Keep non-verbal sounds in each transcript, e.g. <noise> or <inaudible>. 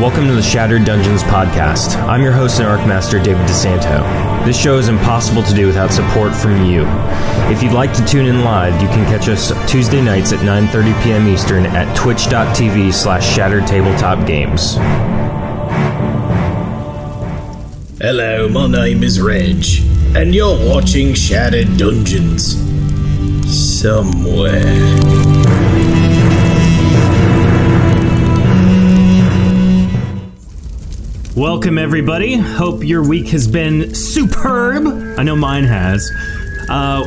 welcome to the Shattered Dungeons podcast. I'm your host and Arcmaster David DeSanto. This show is impossible to do without support from you. If you'd like to tune in live, you can catch us Tuesday nights at 9.30 p.m. Eastern at twitch.tv slash shattered tabletop games. Hello, my name is Reg, and you're watching Shattered Dungeons. Somewhere. Welcome, everybody. Hope your week has been superb. I know mine has. Uh,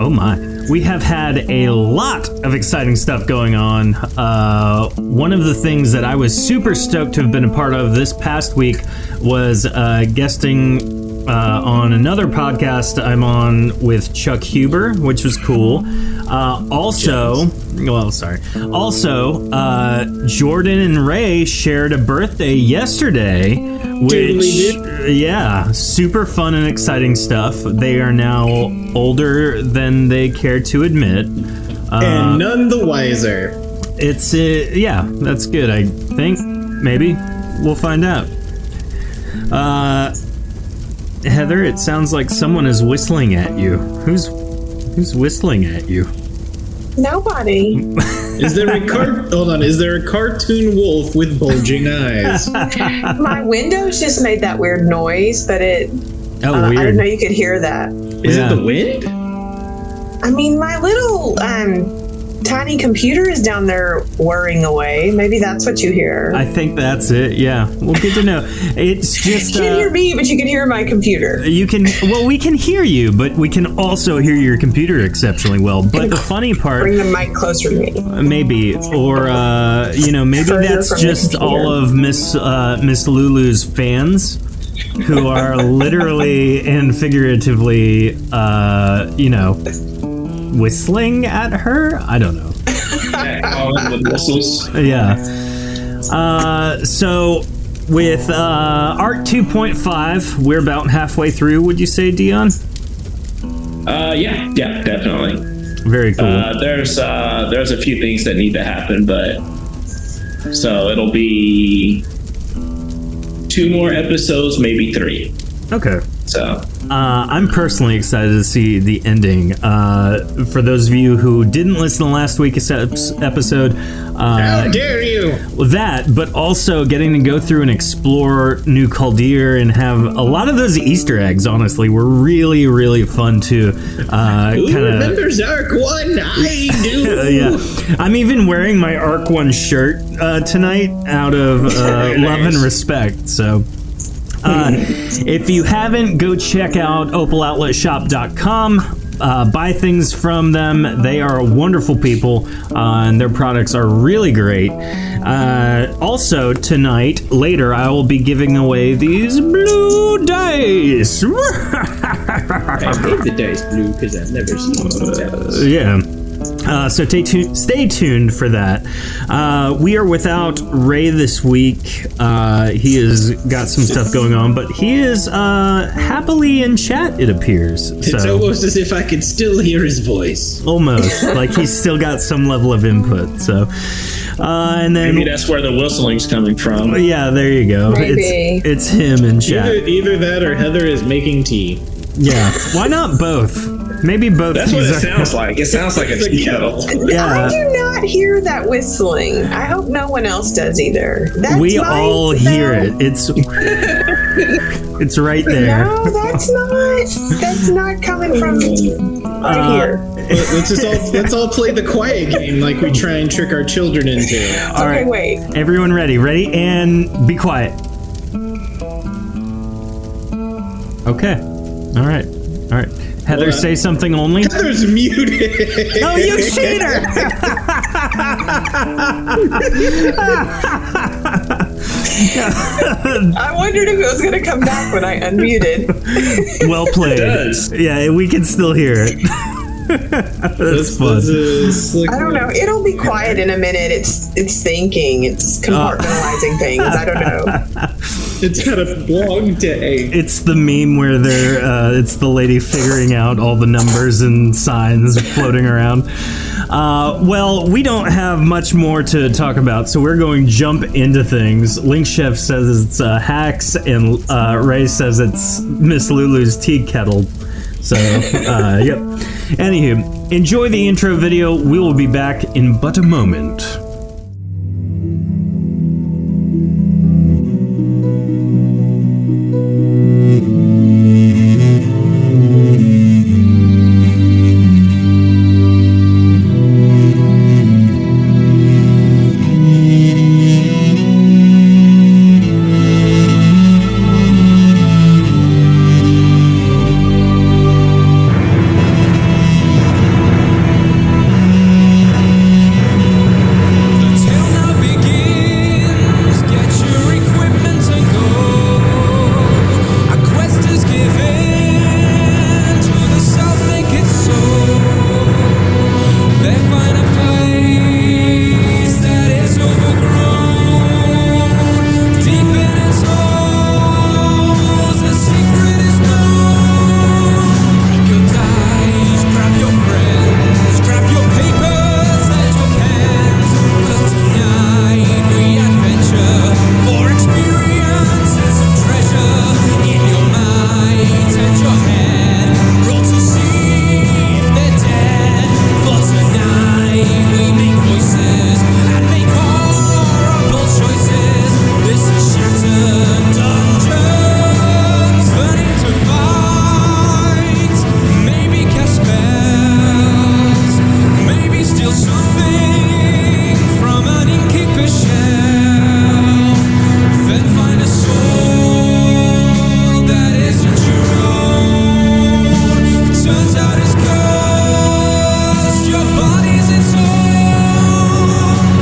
oh my. We have had a lot of exciting stuff going on. Uh, one of the things that I was super stoked to have been a part of this past week was uh, guesting uh, on another podcast I'm on with Chuck Huber, which was cool. Uh, also, well, sorry. Also, uh, Jordan and Ray shared a birthday yesterday, which yeah, super fun and exciting stuff. They are now older than they care to admit. Ah. and none the wiser. It's uh, yeah, that's good. I think maybe we'll find out. Uh, Heather, it sounds like someone is whistling at you. Who's who's whistling at you? Nobody. Is there <laughs> a car- hold on? Is there a cartoon wolf with <laughs> bulging eyes? My windows just made that weird noise, but it. Oh, uh, I weird. didn't know you could hear that. Is Yeah. it the wind? I mean, my little um, tiny computer is down there whirring away. Maybe that's what you hear. I think that's it. Yeah. Well, good to know. It's <laughs> you just can't hear uh, me, but you can hear my computer. you can. Well, we can hear you, but we can also hear your computer exceptionally well. But the funny part, Bring the mic closer to me. maybe, or uh, you know, maybe Further that's from the just computer. all of Miss uh, Miss Lulu's fans. Who are literally and figuratively, uh, you know, whistling at her? I don't know. Yeah. Uh, so with uh, Art 2.5, we're about halfway through, would you say, Dion? Uh, yeah, yeah, definitely. Very cool. Uh, there's uh, there's a few things that need to happen, but so it'll be two more episodes, maybe three. okay. So Uh, I'm personally excited to see the ending. Uh, for those of you who didn't listen to last week's ep- episode, uh, How dare you? that, but also getting to go through and explore New Caldeer and have a lot of those Easter eggs, honestly, were really, really fun to uh, Who kind of. remembers <laughs> Arc One? I do. Uh, yeah, I'm even wearing my Arc One shirt uh, tonight out of uh, love and respect. So. Uh, if you haven't, go check out opaloutletshop.com. Uh, buy things from them. They are wonderful people, uh, and their products are really great. Uh, also, tonight, later, I will be giving away these blue dice. <laughs> the dice blue because I've never seen those. Yeah. Uh, so stay tuned. Stay tuned for that. Uh, we are without Ray this week. Uh, he has got some stuff going on, but he is uh, happily in chat. It appears. It's So almost as if I could still hear his voice. almost like he's still got some level of input. So, uh, and maybe then that's where the whistling's coming Oh, from. yeah, there you go. Maybe. It's it's him in chat. Either, either that or Heather is making tea. Yeah. Why not both? Maybe both. That's what these it are- sounds like. It <laughs> sounds like it's kettle. I Yeah. do not hear that whistling. I hope no one else does either. That's We my all hear sound. it. <laughs> It's it's right there. No, that's not. That's not coming from right Uh, here. Let- Let's <laughs> just all let's all play the quiet game like we try and trick our children into. All okay, right. wait. Everyone ready? Ready and be quiet. Okay. All right. All right. Heather, Hold on. say something only. Heather's muted. Oh, <laughs> you cheater! I wondered if it was going to come back when I unmuted. Well played. does. Yeah, we can still hear it. <laughs> That's fun. That's a slick I don't know. It'll be quiet in a minute. It's it's thinking. It's compartmentalizing things. I don't know. It's had a long day. It's the meme where they're, uh, it's the lady figuring out all the numbers and signs floating around. Uh, well, we don't have much more to talk about, so we're going jump into things. Link Chef says it's uh, hacks, and uh, Ray says it's Miss Lulu's tea kettle. So, uh, yep. Anywho, enjoy the intro video. We will be back in but a moment. The tale now begins. Get your equipment and go. A quest is given to the south, make it so. They find a place that is overgrown. Deep in its halls, the secret is known. Grab your dice, grab your friends, grab your papers and your pens. 'Cause tonight we adventure for experiences of treasure in your might and your head. Roll to see if they're dead. For tonight we make voices and make horrible choices. This is shattered dungeons, burning to fight. Maybe cast spells, maybe steal something from an innkeeper's shelf. Then find a soul that isn't your own. Turns out it's cursed. Your body's its own.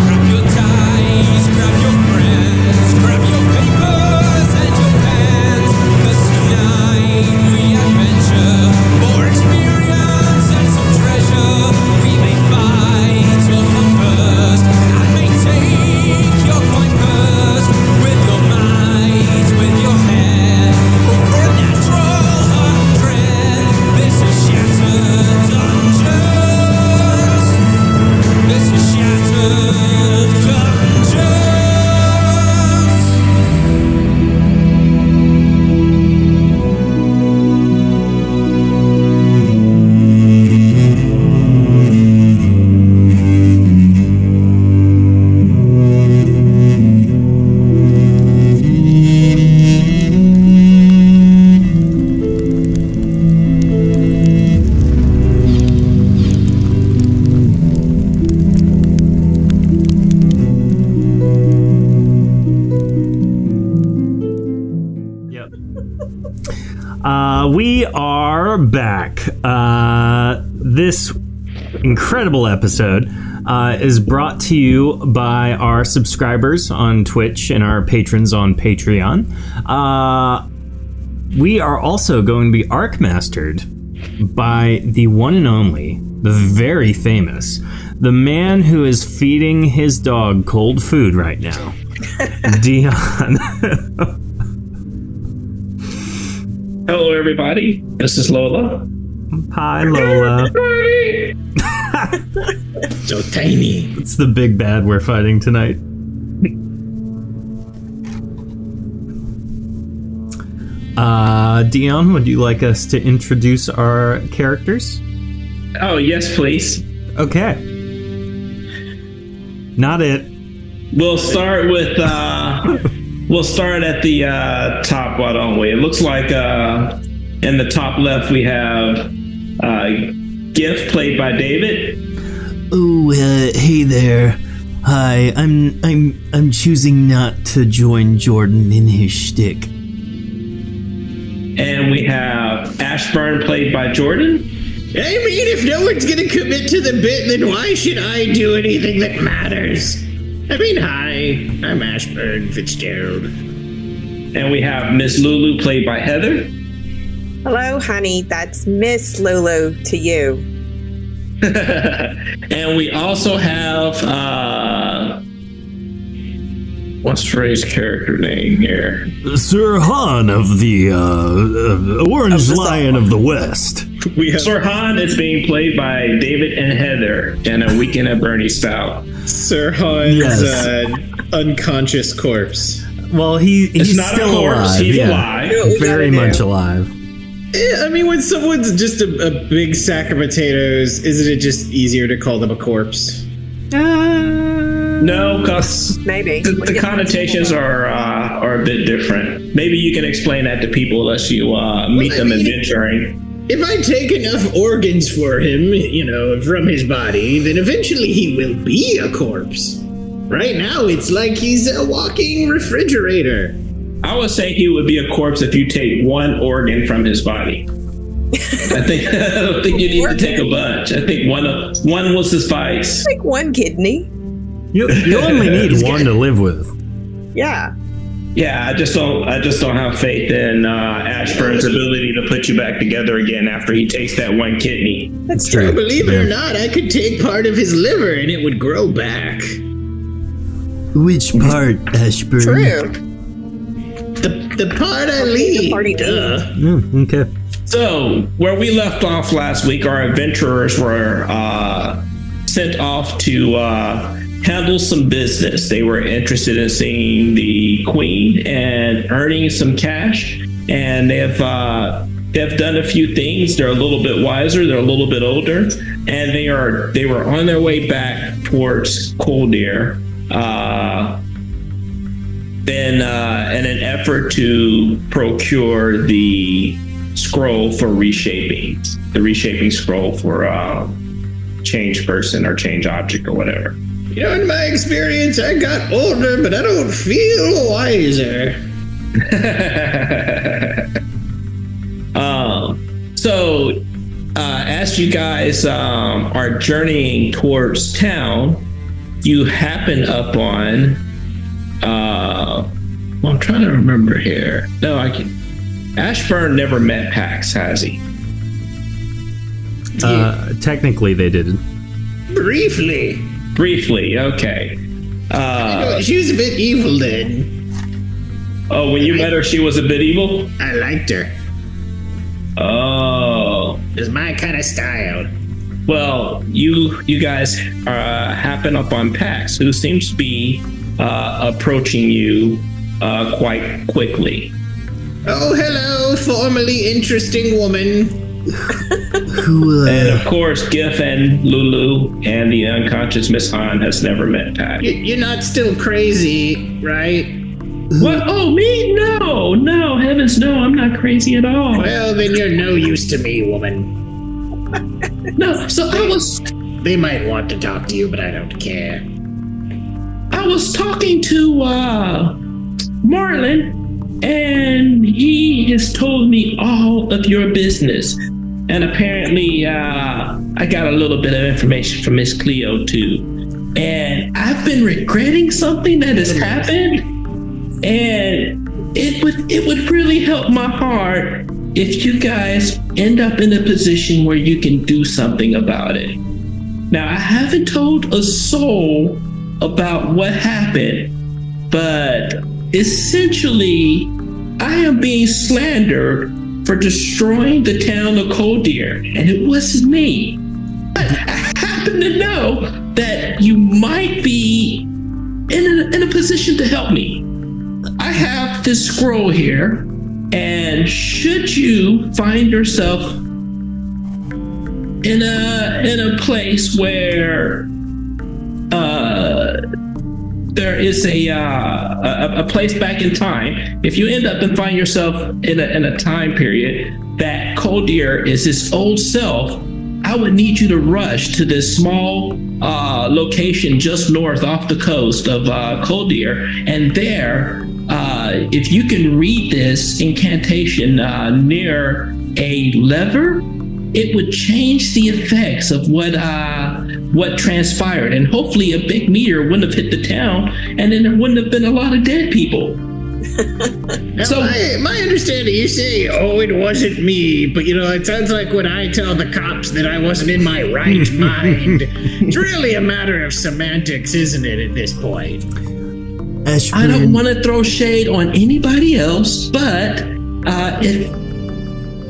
Grab your dice, grab your friends, grab your papers and your pens. 'Cause tonight we adventure for experience and some treasure. We may fight your converse and may take your coin purse with your might, with your head. Over a natural hundred, this is shattered dungeons. This is shattered dungeons. Yep. Uh, we are back. Uh, this incredible episode uh, is brought to you by our subscribers on Twitch and our patrons on Patreon. Uh, we are also going to be arcmastered by the one and only, the very famous, the man who is feeding his dog cold food right now, Dion. <laughs> Hello, everybody. This <laughs> is Lola. Hi, Lola. So tiny. It's the big bad we're fighting tonight. Uh, Dion, would you like us to introduce our characters? Oh, yes, please. Okay. Not it. We'll start with uh we'll start at the uh top, why don't we? It looks like uh in the top left we have uh Gif played by David. Oh, uh, hey there. Hi, I'm I'm I'm choosing not to join Jordan in his shtick. And we have Ashburn played by Jordan. I mean, if no one's gonna commit to the bit, then why should I do anything that matters? I mean, hi, I'm Ashburn Fitzgerald. And we have Miss Lulu played by <laughs> Heather. <laughs> Hello, honey. That's Miss Lulu to you. and we also have uh what's Ray's character name here? Sir Han of the uh, uh, Orange Of the Lion of the West. We have Sirhan is being played by David and Heather in a Weekend at Bernie style. Sirhan's Yes. uh, unconscious corpse. Well, he he's It's not still a corpse. alive. he's yeah. <laughs> alive. We Very gotta much do. alive. Eh, I mean, when someone's just a, a big sack of potatoes, isn't it just easier to call them a corpse? No, because Maybe. the, the connotations are uh, are a bit different. Maybe you can explain that to people unless you uh, meet Well, I them mean- adventuring. If I take enough organs for him, you know, from his body, then eventually he will be a corpse. Right now, it's like he's a walking refrigerator. I would say he would be a corpse if you take one organ from his body. I think <laughs> I don't think you need to take a bunch. I think one one will suffice. Like one kidney. You, you only need one to live with. Yeah. Yeah, I just don't. I just don't have faith in uh, Ashburn's ability to put you back together again after he takes that one kidney. That's true. Believe it or not, I could take part of his liver and it would grow back. Which part, Ashburn? True. The, the part I The leave. party Duh. Hmm, Mm, okay. So, where we left off last week, our adventurers were uh, sent off to uh, handle some business. They were interested in seeing the queen and earning some cash, and they've uh, they've done a few things. They're a little bit wiser. They're a little bit older, and they are they were on their way back towards Coldir. Uh, then, uh, in an effort to procure the scroll for reshaping, the reshaping scroll for uh, change person or change object or whatever. <laughs> You know, in my experience, I got older, but I don't feel wiser. um, so, uh, as you guys um, are journeying towards town, you happen upon. Uh, well, I'm trying to remember here. No, I can. Ashburn never met Pax, has he? Uh, technically, they did. Briefly. Briefly, okay. Uh, Oh, she was a bit evil then. oh, when you met her, she was a bit evil. I liked her. Oh. It was my kind of style. Well, you you guys uh, happen upon Pax, who seems to be uh, approaching you uh, quite quickly. Oh, hello, formerly interesting woman. Who, And uh, of course, Gif and Lulu and the unconscious Miss Han has never met Pax. Y- You're not still crazy, right? What? Oh, me? No, no, heavens, no! I'm not crazy at all. Well, then you're no use to me, woman. No, so I was They might want to talk to you, but I don't care. I was talking to uh, Marlin, and he has told me all of your business. And apparently, uh, I got a little bit of information from Miss Cleo too. And I've been regretting something that has happened, and it would it would really help my heart if you guys end up in a position where you can do something about it. Now, I haven't told a soul about what happened, but essentially, I am being slandered for destroying the town of Cold Deer, and it wasn't me. But I happen to know that you might be in a, in a position to help me. I have this scroll here, and should you find yourself in a in a place where uh, there is a, uh, a a place back in time. If you end up and find yourself in a in a time period that Coldier is his old self, I would need you to rush to this small uh, location just north off the coast of uh, Coldier, and there. Uh, if you can read this incantation uh, near a lever, it would change the effects of what uh, what transpired, and hopefully a big meteor wouldn't have hit the town, and then there wouldn't have been a lot of dead people. Now, So- my, my understanding, you say, oh, it wasn't me, but you know, it sounds like when I tell the cops that I wasn't in my right mind. It's really a matter of semantics, isn't it, at this point? Ashburn? I don't want to throw shade on anybody else, but uh, if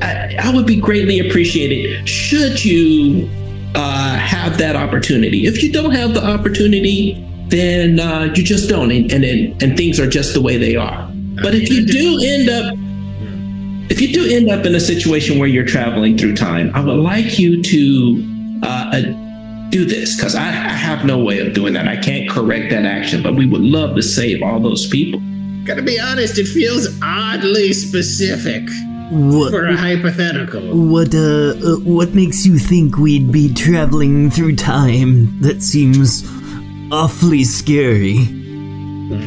I, I would be greatly appreciated should you uh, have that opportunity. If you don't have the opportunity, then uh, you just don't, and, and and and things are just the way they are. But if you do end up, if you do end up in a situation where you're traveling through time, I would like you to uh, uh, do this because I, I have no way of doing that. I can't correct that action, but we would love to save all those people. Gotta be honest, it feels oddly specific for What? a hypothetical. What? Uh, uh, what makes you think we'd be traveling through time? That seems awfully scary.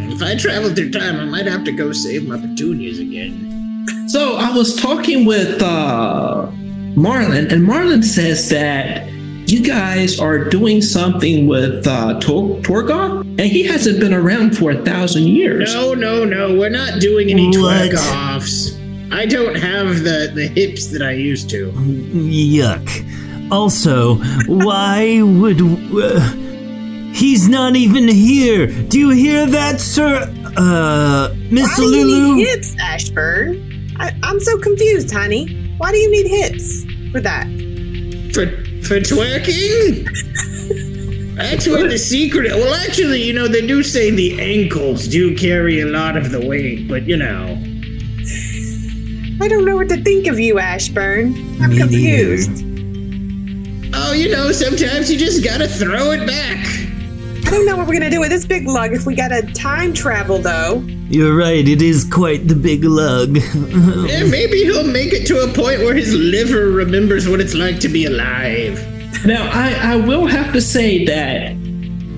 If I traveled through time, I might have to go save my petunias again. So I was talking with uh, Marlon, and Marlon says that you guys are doing something with uh, Tor- Torgoth, and he hasn't been around for a thousand years. No, no, no, we're not doing any What? twerk offs. I don't have the, the hips that I used to. Yuck. Also, why would? Uh, he's not even here. Do you hear that, sir? Uh, Why Miss do you Lulu. need hips, Ashburn? I, I'm so confused, honey. Why do you need hips for that? For for twerking? That's where the secret. Well, actually, you know, they do say the ankles do carry a lot of the weight, but you know, I don't know what to think of you, Ashburn. I'm Me neither. confused. oh, you know, sometimes you just gotta throw it back. I don't know what we're gonna do with this big lug if we gotta time travel, though. You're right. It is quite the big lug. <laughs> Yeah, maybe he'll make it to a point where his liver remembers what it's like to be alive. Now, I, I will have to say that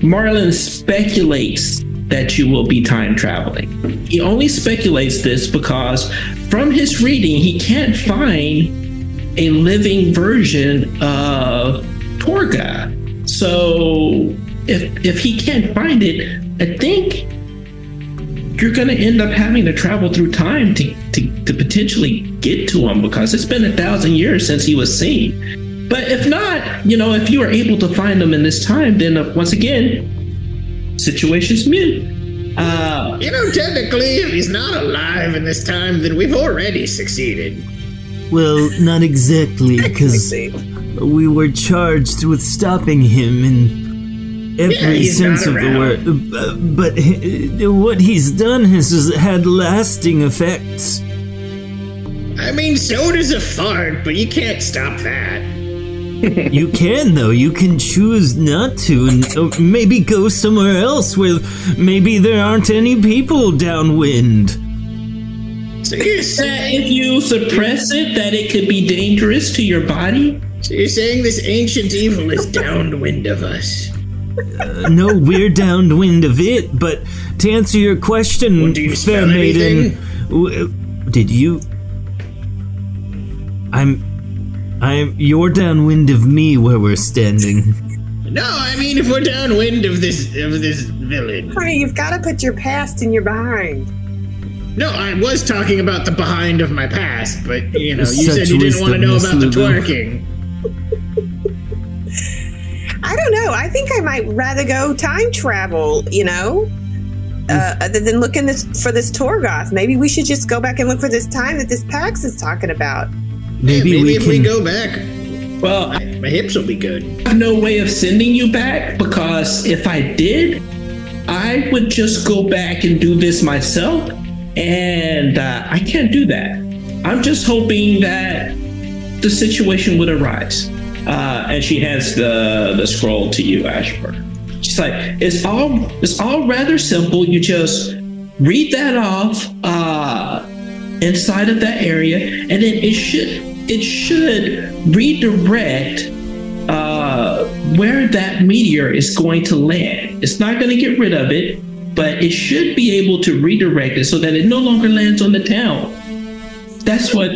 Marlon speculates that you will be time traveling. He only speculates this because from his reading, he can't find a living version of Torga. So if if he can't find it, I think you're going to end up having to travel through time to, to, to potentially get to him because it's been a thousand years since he was seen. But if not, you know, if you are able to find them in this time, then uh, once again, situation's mute. Uh, You know, technically, if he's not alive in this time, then we've already succeeded. well, not exactly, because we were charged with stopping him in every he's sense of not the word. Uh, But he- what he's done has had lasting effects. I mean, so does a fart, but you can't stop that. You can, though. You can choose not to, and uh, maybe go somewhere else where maybe there aren't any people downwind. So you're that saying if you suppress it, that it could be dangerous to your body. So you're saying this ancient evil is downwind of us? no, we're downwind of it. But to answer your question, do you fair smell maiden, anything? w- did you? I'm, I'm. You're downwind of me where we're standing. No, I mean if we're downwind of this of this villain. Honey, you've gotta put your past in your behind. No, I was talking about the behind of my past, but you know, you Such said you didn't want wisdom, to know Miss about the Lulu. twerking. I don't know. I think I might rather go time travel, you know, uh, Mm. other than looking this, for this Torgoth. Maybe we should just go back and look for this time that this Pax is talking about. Maybe, yeah, maybe we if can. we go back, Well, I my hips will be good. have no way of sending you back because if I did, I would just go back and do this myself, and uh, I can't do that. I'm just hoping that the situation would arise. Uh, and she hands the the scroll to you, Ashburn. She's like, it's all it's all rather simple. You just read that off uh, inside of that area, and then it should it should redirect uh, where that meteor is going to land. It's not going to get rid of it, but it should be able to redirect it so that it no longer lands on the town. That's what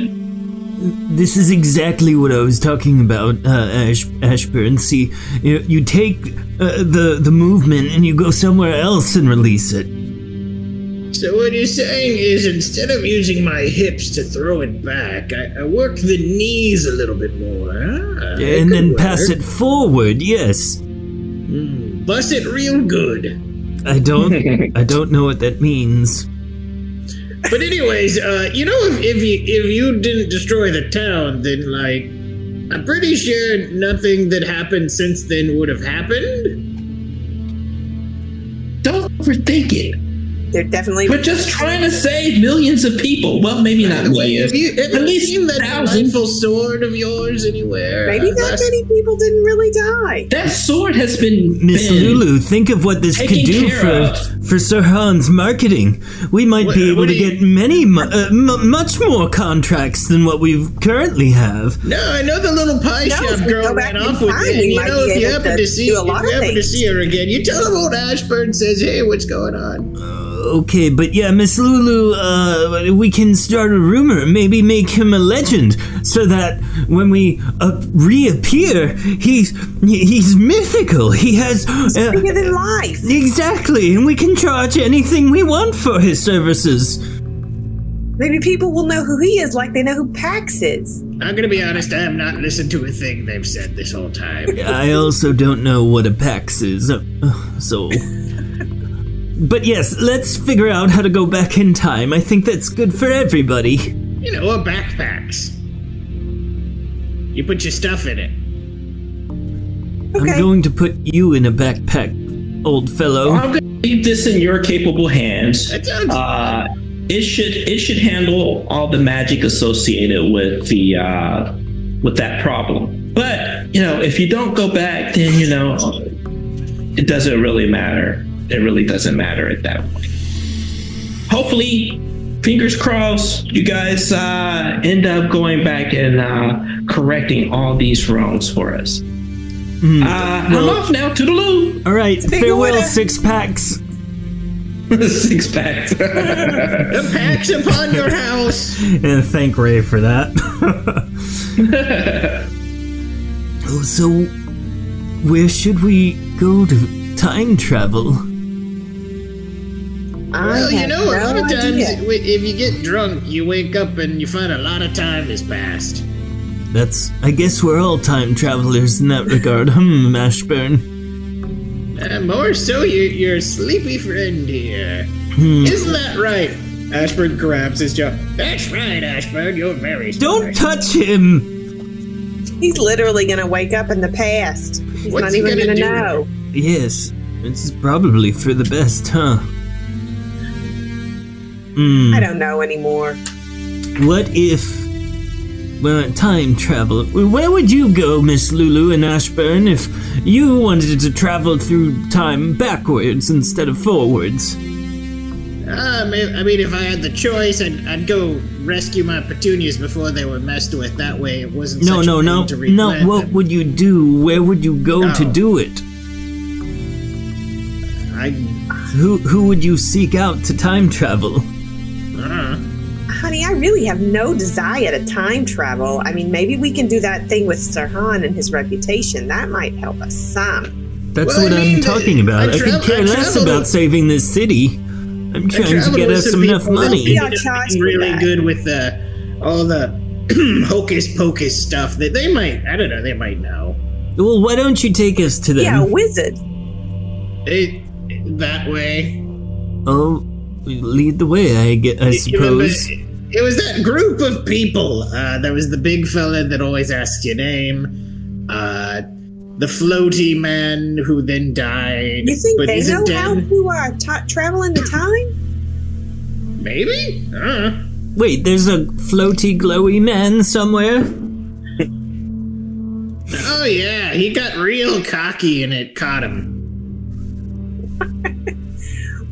This is exactly what I was talking about, uh, Ash- Ashburn. See, you, you take uh, the the movement and you go somewhere else and release it. So what you're saying is instead of using my hips to throw it back, I, I work the knees a little bit more. huh? It and could then pass work. it forward. Yes, Bust it real good. <laughs> I don't. I don't know what that means. But anyways, uh, you know, if, if you if you didn't destroy the town, then like, I'm pretty sure nothing that happened since then would have happened. Don't overthink it. They're definitely. We're just trying to save millions of people. Well, maybe not millions. Have you ever At least seen that thousand. delightful sword of yours anywhere? Maybe Uh, not last- many people didn't really die. That sword has been Miss been- Lulu, think of what this could Taken do care for of. for Sir Han's marketing. We might What- uh, be able what to do you- get many, mu- uh, m- much more contracts than what we currently have. No, I know the little pie No, if shop we girl go back ran in off with time, it. we And you might know, be if you able happen to to see, do a if lot you of happen to things. see her again, you tell them old Ashburn says, "Hey, what's going on?" Okay, but yeah, Miss Lulu, uh, we can start a rumor, maybe make him a legend, so that when we uh, reappear, he's he's mythical. He has uh, Bigger than life. exactly, and we can charge anything we want for his services. Maybe people will know who he is, like they know who Pax is. I'm gonna be honest. I have not listened to a thing they've said this whole <laughs> time. I also don't know what a pax is, uh, uh, so. But yes, let's figure out how to go back in time. I think that's good for everybody. You know, or backpacks. You put your stuff in it. Okay. I'm going to put you in a backpack, old fellow. I'm gonna leave this in your capable hands. That sounds Uh, it should it should handle all the magic associated with the uh, with that problem. But you know, if you don't go back, then you know it doesn't really matter. It really doesn't matter at that point. Hopefully, fingers crossed, you guys uh, end up going back and uh, correcting all these wrongs for us. uh, I'm off now. Toodaloo. <laughs> All right, big farewell, order. six packs. six <laughs> pack. the packs upon <laughs> your house. And thank Ray for that. Oh, so where should we go to time travel? Well, you know, a lot of times, idea. wi- if you get drunk, you wake up and you find a lot of time has passed. That's. I guess we're all time travelers in that regard. <laughs> Hmm, Ashburn. Uh, more so, your your sleepy friend here. Hmm. Isn't that right? Ashford grabs his jaw. That's right, Ashburn. You're very smart. Don't touch him! He's literally going to wake up in the past. He's What's not he even gonna going to do? know. Yes, it's probably for the best, huh? Hmm. I don't know anymore. What if. Well, time travel. Where would you go, Miss Lulu and Ashburn, if you wanted to travel through time backwards instead of forwards? Um, I I mean, if I had the choice, I'd, I'd go rescue my petunias before they were messed with. That way, it wasn't No, such no, a pain no, to replant no. What them. would you do? Where would you go to No. do it? I, Who who would you seek out to time travel? uh, Honey, I really have no desire to time travel. I mean, maybe we can do that thing with Sirhan and his reputation. That might help us some. That's Well, what I I am mean, talking I about. I, travel- could care I less travel to- about saving this city. I'm trying to travel get with us some enough people that money. We are charged for really that. good with the, all the <clears throat> hocus pocus stuff that they might. I don't know. They might know. Well, why don't you take us to them? Yeah, a wizard. It, that way. Oh, lead the way. I get. I You remember, suppose. It was that group of people. Uh, there was the big fella that always asked your name. Uh, the floaty man who then died. You think but they isn't know dead. how who are ta- traveling the time? Maybe? Uh, Wait, there's a floaty, glowy man somewhere. oh, yeah. He got real cocky and it caught him.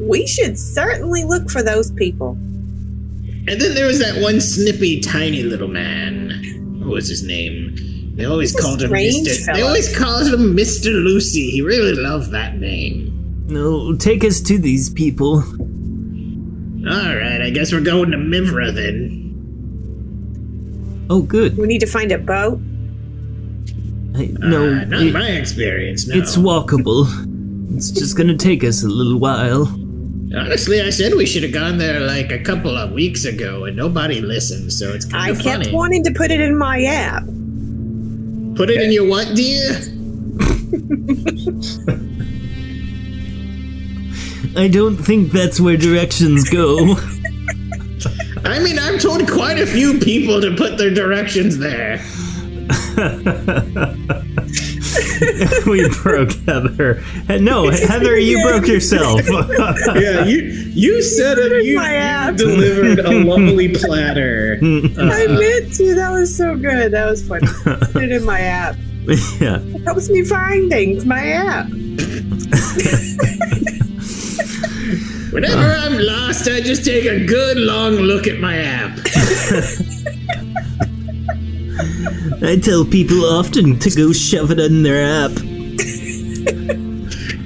We should certainly look for those people. And then there was that one snippy, tiny little man. What was his name? They always He's a called him strange Mr. They fella. always called him Mr. Lucy. He really loved that name. No, take us to these people. All right, I guess we're going to Mivra then. Oh, good. We need to find a boat. I, no, Uh, not it- my experience. No. it's walkable. It's just gonna take us a little while. Honestly, I said we should have gone there like a couple of weeks ago, and nobody listened, so it's kind I of kept funny. wanting to put it in my app. Put it in your what, dear? <laughs> I don't think that's where directions go. I mean, I've told quite a few people to put their directions there. we broke Heather. He- No, Heather, you <laughs> broke yourself. <laughs> Yeah, you you set up you, my app. you delivered <laughs> a lovely platter. Uh, I meant to. That was so good. That was <laughs> funny. Put it in my app. yeah. It helps me find things. My app. Whenever I'm lost, I just take a good long look at my app. I tell people often to go shove it in their app.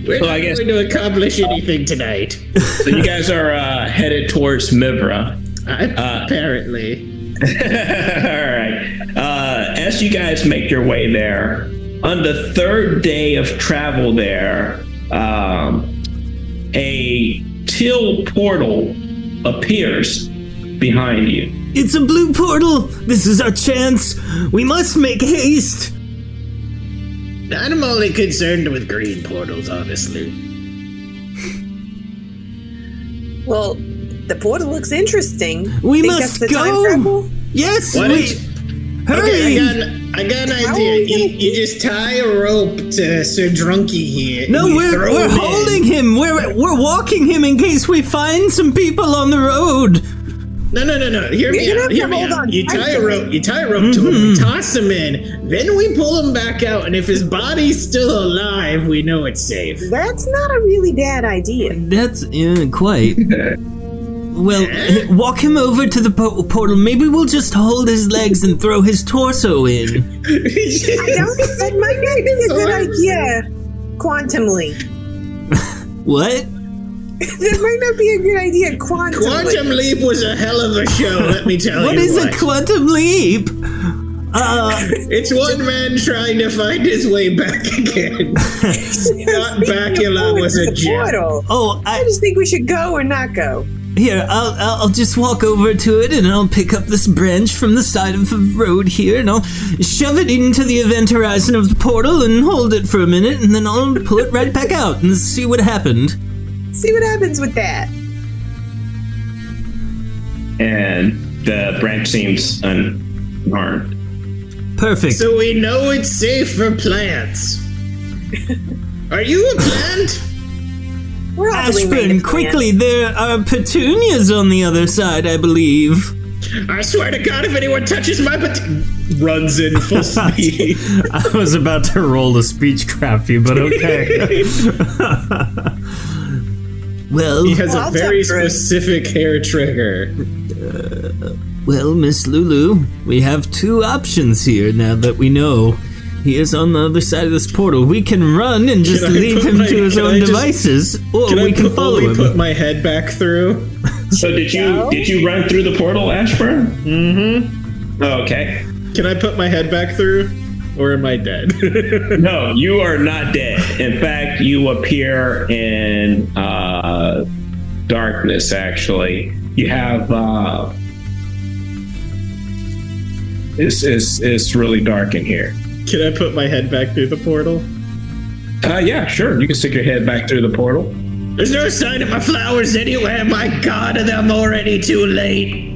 We're Well, not I guess- going to accomplish anything tonight. <laughs> So you guys are uh, headed towards Mivra. <laughs> Uh, apparently. All right. Uh, as you guys make your way there, on the third day of travel there, um, a till portal appears behind you. It's a blue portal. This is our chance. We must make haste. I'm only concerned with green portals, honestly. Well, the portal looks interesting. We Think must that's the go. Time travel? Yes, Why we. don't Hurry! Okay, I got, an, I got an How idea. are we You, gonna- you just tie a rope to Sir Drunky here. and no, you we're, throw we're him in. holding him. We're we're walking him in case we find some people on the road. No, no, no, no. Hear me You're gonna out. have Hear to me hold out. on Mm-hmm. You tight tie to a rope. You tie a rope to him. We toss him in. Then we pull him back out. And if his body's still alive, we know it's safe. That's not a really bad idea. <laughs> That's uh, quite. Well, h- walk him over to the po- portal. Maybe we'll just hold his legs and throw his torso in. I <laughs> don't think that might not be a good idea. Quantumly, What? that might not be a good idea. Quantumly. Quantum Leap was a hell of a show. Let me tell What you. is what. a quantum leap? Uh, It's one man trying to find his way back <laughs> <laughs> again. Scott Bakula Forward was to a the gem. portal. oh, I I just think we should go or not go. here. I'll I'll I'll just walk over to it and I'll pick up this branch from the side of the road here and I'll shove it into the event horizon of the portal and hold it for a minute and then I'll pull it right back out and see what happened. See what happens with that. And the branch seems unharmed. Perfect. So we know it's safe for <laughs> plants. Are you a plant? We're all doing Ashburn, native quickly! There are petunias on the other side, I believe. I swear to God, if anyone touches my pot- Runs in <laughs> full speed. I was about to roll the speechcraft you, but okay. <laughs> <laughs> Well, He has Well, a I'll very jump through. specific hair trigger. well, Miss Lulu, we have two options here now that we know he is on the other side of this portal. We can run and just Can I leave put him my- to his can own I just- devices, or Can we I can put, follow only him. put my head back through? So did you did you run through the portal, Ashburn? Mm-hmm. Okay. Can I put my head back through? Or am I <laughs> dead? No, you are not dead. In fact, you appear in uh, darkness. Actually, you have. Uh, it's, it's it's really dark in here. Can I put my head back through the portal? Uh, yeah, sure. You can stick your head back through the portal. There's no sign of my flowers anywhere. My God, and I'm already too late. plant.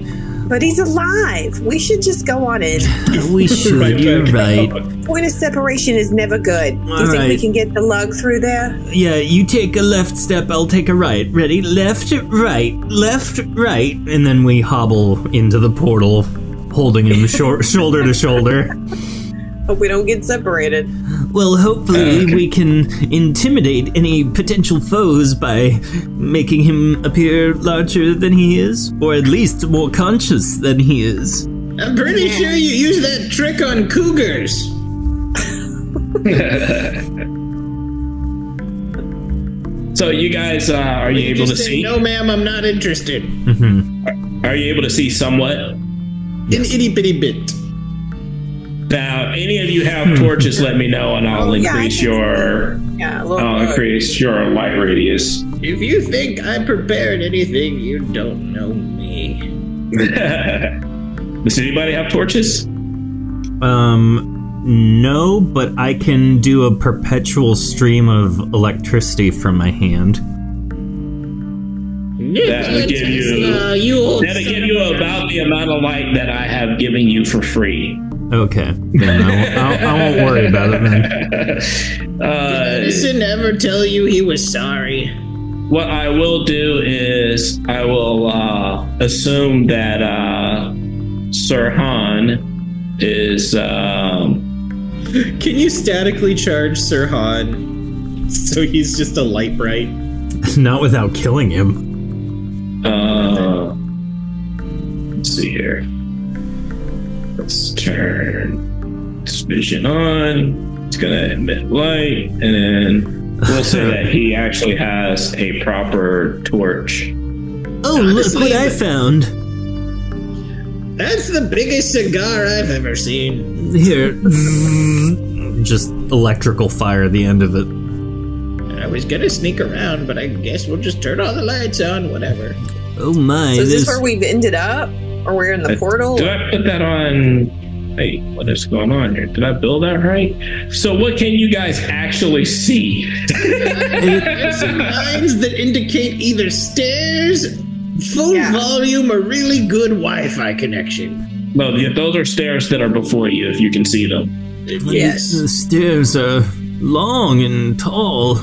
But he's alive. We should just go on in. <laughs> <laughs> we should. you're right. Point of separation is never good. Do you All think we right. can get the lug through there? Yeah, you take a left step, I'll take a right. Ready? Left, right, left, right, and then we hobble into the portal, holding <laughs> him shor- shoulder to shoulder. Hope we don't get separated. Well, hopefully Uh, we can intimidate any potential foes by making him appear larger than he is, or at least more conscious than he is. I'm pretty sure you used that trick on cougars. So you guys, uh, are you able to Just say, see? no, ma'am, I'm not interested. Are you able to see somewhat? An itty bitty bit. Now, any of you have torches? let me know, and I'll Oh, yeah, I increase can- your Yeah, a little Oh, I'll lug. increase your light radius. <laughs> If you think I prepared anything, you don't know me. Does anybody have torches? um, no, but I can do a perpetual stream of electricity from my hand. That'll give you- Uh, you old That'll son give of you a- about the amount of light that I have given you for free. <laughs> Okay. Then I, won't, I, won't- I won't worry about it <laughs> then. Uh, Edison ever tell you he was sorry? what I will do is I will uh, assume that uh, Sir Han is. Um, Can you statically charge Sir Han so he's just a light bright? Not without killing him. uh, let's see here. Let's turn this vision on. It's gonna emit light, and then we'll say that he actually has a proper torch. Oh, look what I found. That's the biggest cigar I've ever seen. Here. Just electrical fire at the end of it. I was gonna sneak around, but I guess we'll just turn all the lights on, whatever. Oh my, So is this this where we've ended up? Or we're in the I- portal? Did I put that on? Hey, what is going on here? Did I build that right? So, what can you guys actually see? Signs that indicate either stairs, full Yeah. volume, or really good Wi Fi connection. no, th- those are stairs that are before you, if you can see them. Yes. the stairs are long and tall.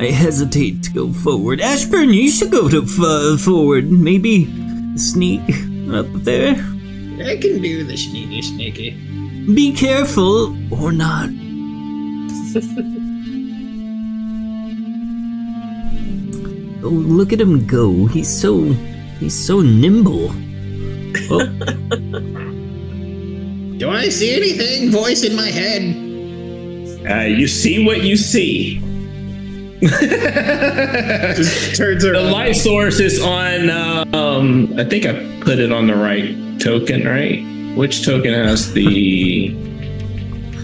I hesitate to go forward. Ashburn, you should go to f- forward. Maybe sneak up there. I can do the sneaky sneaky. Be careful or not. <laughs> oh, look at him go. He's so he's so nimble. Do I see anything? Voice in my head. Uh, you see what you see. the Turns around. light source is on. uh, Um, I think I put it on the right token, right? Which token has the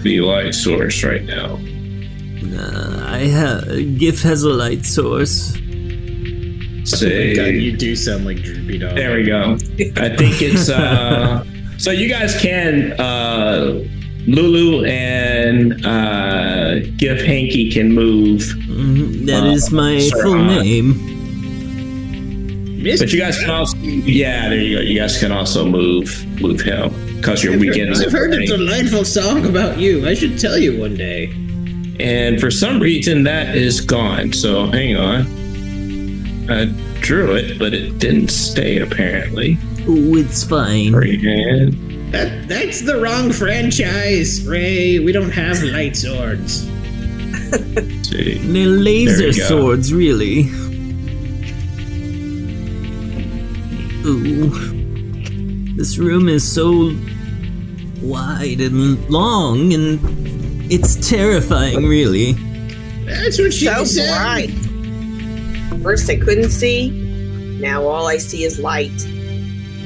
the light source right now? I have GIF has a light source. Say, God, you do sound like Droopy Dog. There we go. I think <laughs> it's uh so you guys can uh Lulu and uh Gif Hanky can move. That Wow. is my Sir full Odd. name. But you guys can also Yeah, there you go. You guys can also move move him. Cause your weekends I've heard a delightful song about you. I should tell you one day. and for some reason that is gone. So hang on. I drew it, but it didn't stay apparently. Oh, it's fine. And That, that's the wrong franchise, Ray. We don't have light swords. let's see. They're laser There you go. swords, really. Ooh. This room is so wide and long, and it's terrifying, <laughs> really. That's what she so said. bright. First I couldn't see. Now all I see is light.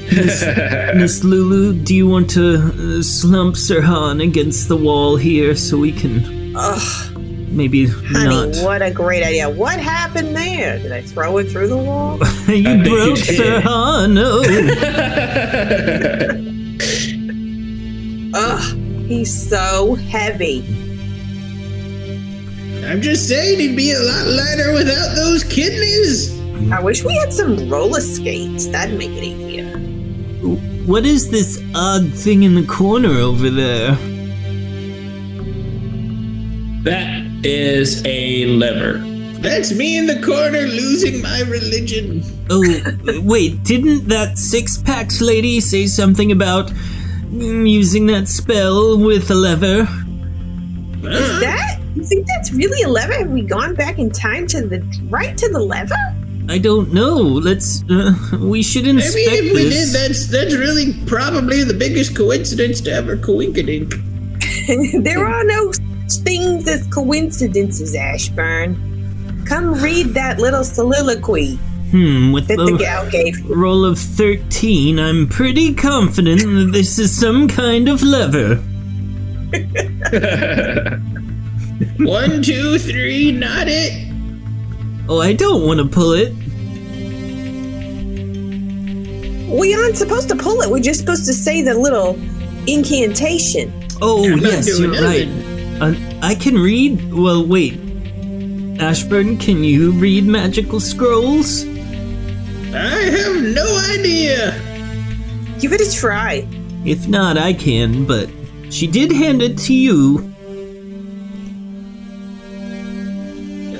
<laughs> Miss Lulu, do you want to uh, slump Sirhan against the wall here so we can Ugh, maybe honey, not? what a great idea. What happened there? Did I throw it through the <laughs> wall? you think broke Oh. you did. Sirhan. <laughs> No. Ugh, he's so heavy. I'm just saying he'd be a lot lighter without those kidneys. I wish we had some roller skates. That'd make it easier. what is this odd thing in the corner over there? <laughs> That is a lever. That's me in the corner losing my religion. Oh, wait, didn't that six packs lady say something about mm, using that spell with a lever? Is that? You think that's really a lever? Have we gone back in time to the right to the lever? <laughs> I don't know. Let's. Uh, we should I inspect mean, if we did, this. that's that's really probably the biggest coincidence to ever coinkadink. <laughs> there are no such things as coincidences, Ashburn. Come read that little soliloquy hmm, with that the a gal gave. roll of 13, I'm pretty confident that this is some kind of lever. One, two, three, not it. Oh, I don't want to pull it. We aren't supposed to pull it. We're just supposed to say the little incantation. Oh, not yes, doing you're right. Uh, I can read. Well, wait. Ashburn, can you read magical scrolls? I have no idea. Give it a try. If not, I can, but she did hand it to you.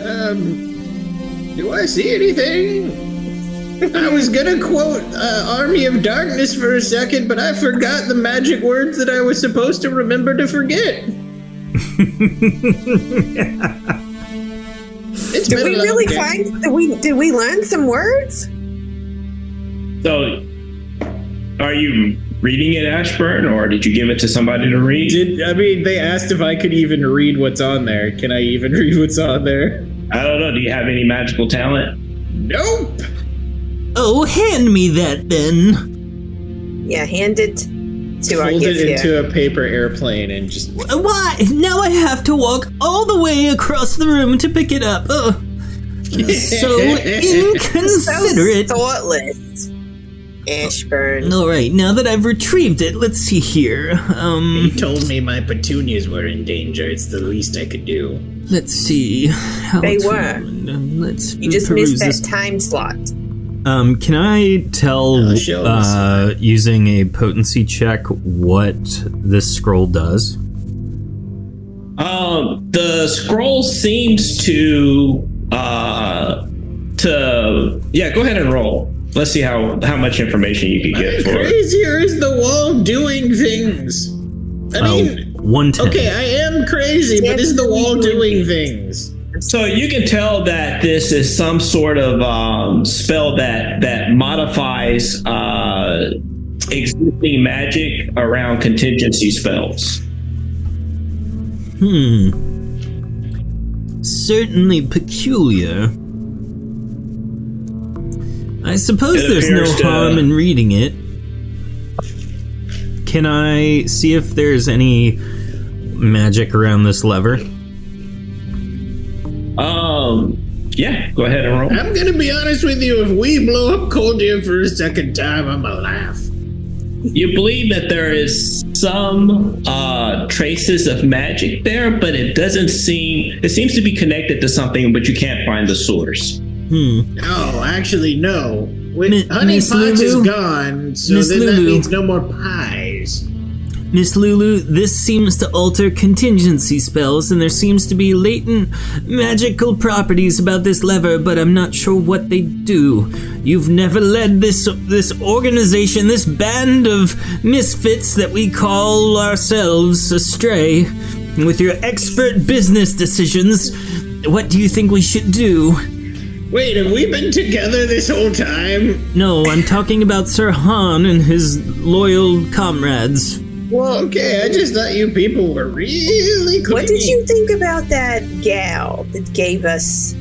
Um, do I see anything? I was gonna quote uh, Army of Darkness for a second, but I forgot the magic words that I was supposed to remember to <laughs> forget. It's Did been we a long really day. find? Did we did we learn some words? So, are you reading it, Ashburn, or did you give it to somebody to read? Did I mean they asked if I could even read what's on there? Can I <laughs> even read what's on there? I don't know. Do you have any magical talent? Nope. Oh, hand me that then. Yeah, hand it to our Fold gift it here. into a paper airplane and just Why? Now I have to walk all the way across the room to pick it up. <laughs> Ugh. So inconsiderate. So thoughtless, Ashburn. All right, now that I've retrieved it, let's see here. Um, He <laughs> told me my petunias were in danger. It's the least I could do. let's see. How They to- were. Let's You just peruse missed this. that time slot. Um, can I tell Oh, show us. uh, using a potency check what this scroll does? Um, the scroll seems to uh to yeah. Go ahead and roll. Let's see how how much information you could get for <laughs> it. Crazier is the wall doing things. I mean, oh, one ten. okay, I am crazy, but is the wall doing things? So you can tell that this is some sort of um, spell that that modifies uh, existing magic around contingency spells. Hmm. Certainly peculiar. I suppose It there's no appears to- harm in reading it. Can I see if there's any magic around this lever? Um, yeah, go ahead and roll. I'm gonna be honest with you. If we blow up Coldier for a second time, I'ma laugh. You believe that there is some uh, traces of magic there, but it doesn't seem. It seems to be connected to something, but you can't find the source. No, actually, no. When Mi- Honey Miss Potch is Lulu? gone, so Miss then that Lulu? means no more pies. Miss Lulu, this seems to alter contingency spells, and there seems to be latent magical properties about this lever, but I'm not sure what they do. You've never led this this organization, this band of misfits that we call ourselves astray. With your expert business decisions, what do you think we should do? Wait, have we been together this whole time? No, I'm talking about Sir Han and his loyal comrades. Well, okay, I just thought you people were really clean. What did you think about that gal that gave us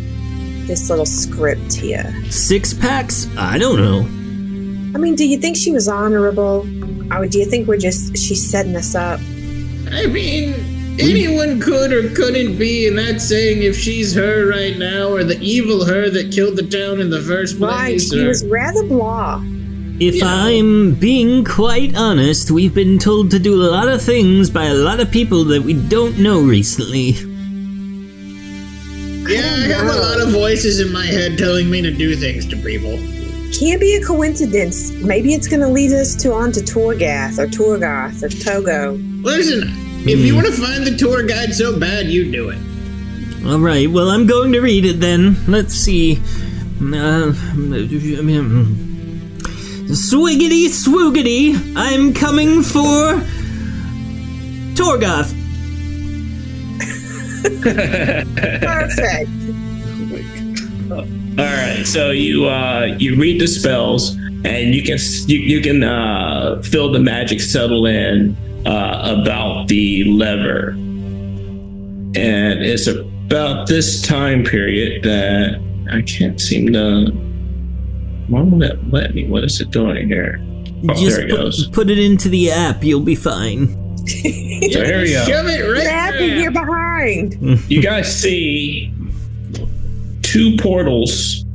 this little script here? Six packs? I don't know. I mean, do you think she was honorable, or do you think we're just she's setting us up? I mean, anyone could or couldn't be, and that's saying if she's her right now or the evil her that killed the town in the first Right? place. She or- was rather blah. If I'm being quite honest, we've been told to do a lot of things by a lot of people that we don't know recently. yeah, I have a lot of voices in my head telling me to do things to people. Can't be a coincidence. Maybe it's going to lead us to on to Torgath or Torgoth or Togo. Listen, if Hmm. you want to find the tour guide so bad, you do it. All right, well, I'm going to read it then. Let's see. Uh, I mean, swiggity swoogity, I'm coming for Torgoth. Perfect. All right, so you uh, you read the spells, and you can you, you can uh, feel the magic settle in uh, about the lever, and it's about this time period that I can't seem to. Why won't it let me? What is it doing here? Oh, Just there it put- <laughs> goes. put it into the app, you'll be fine. So here we go. Shove it right What happened? You're behind. you guys see two portals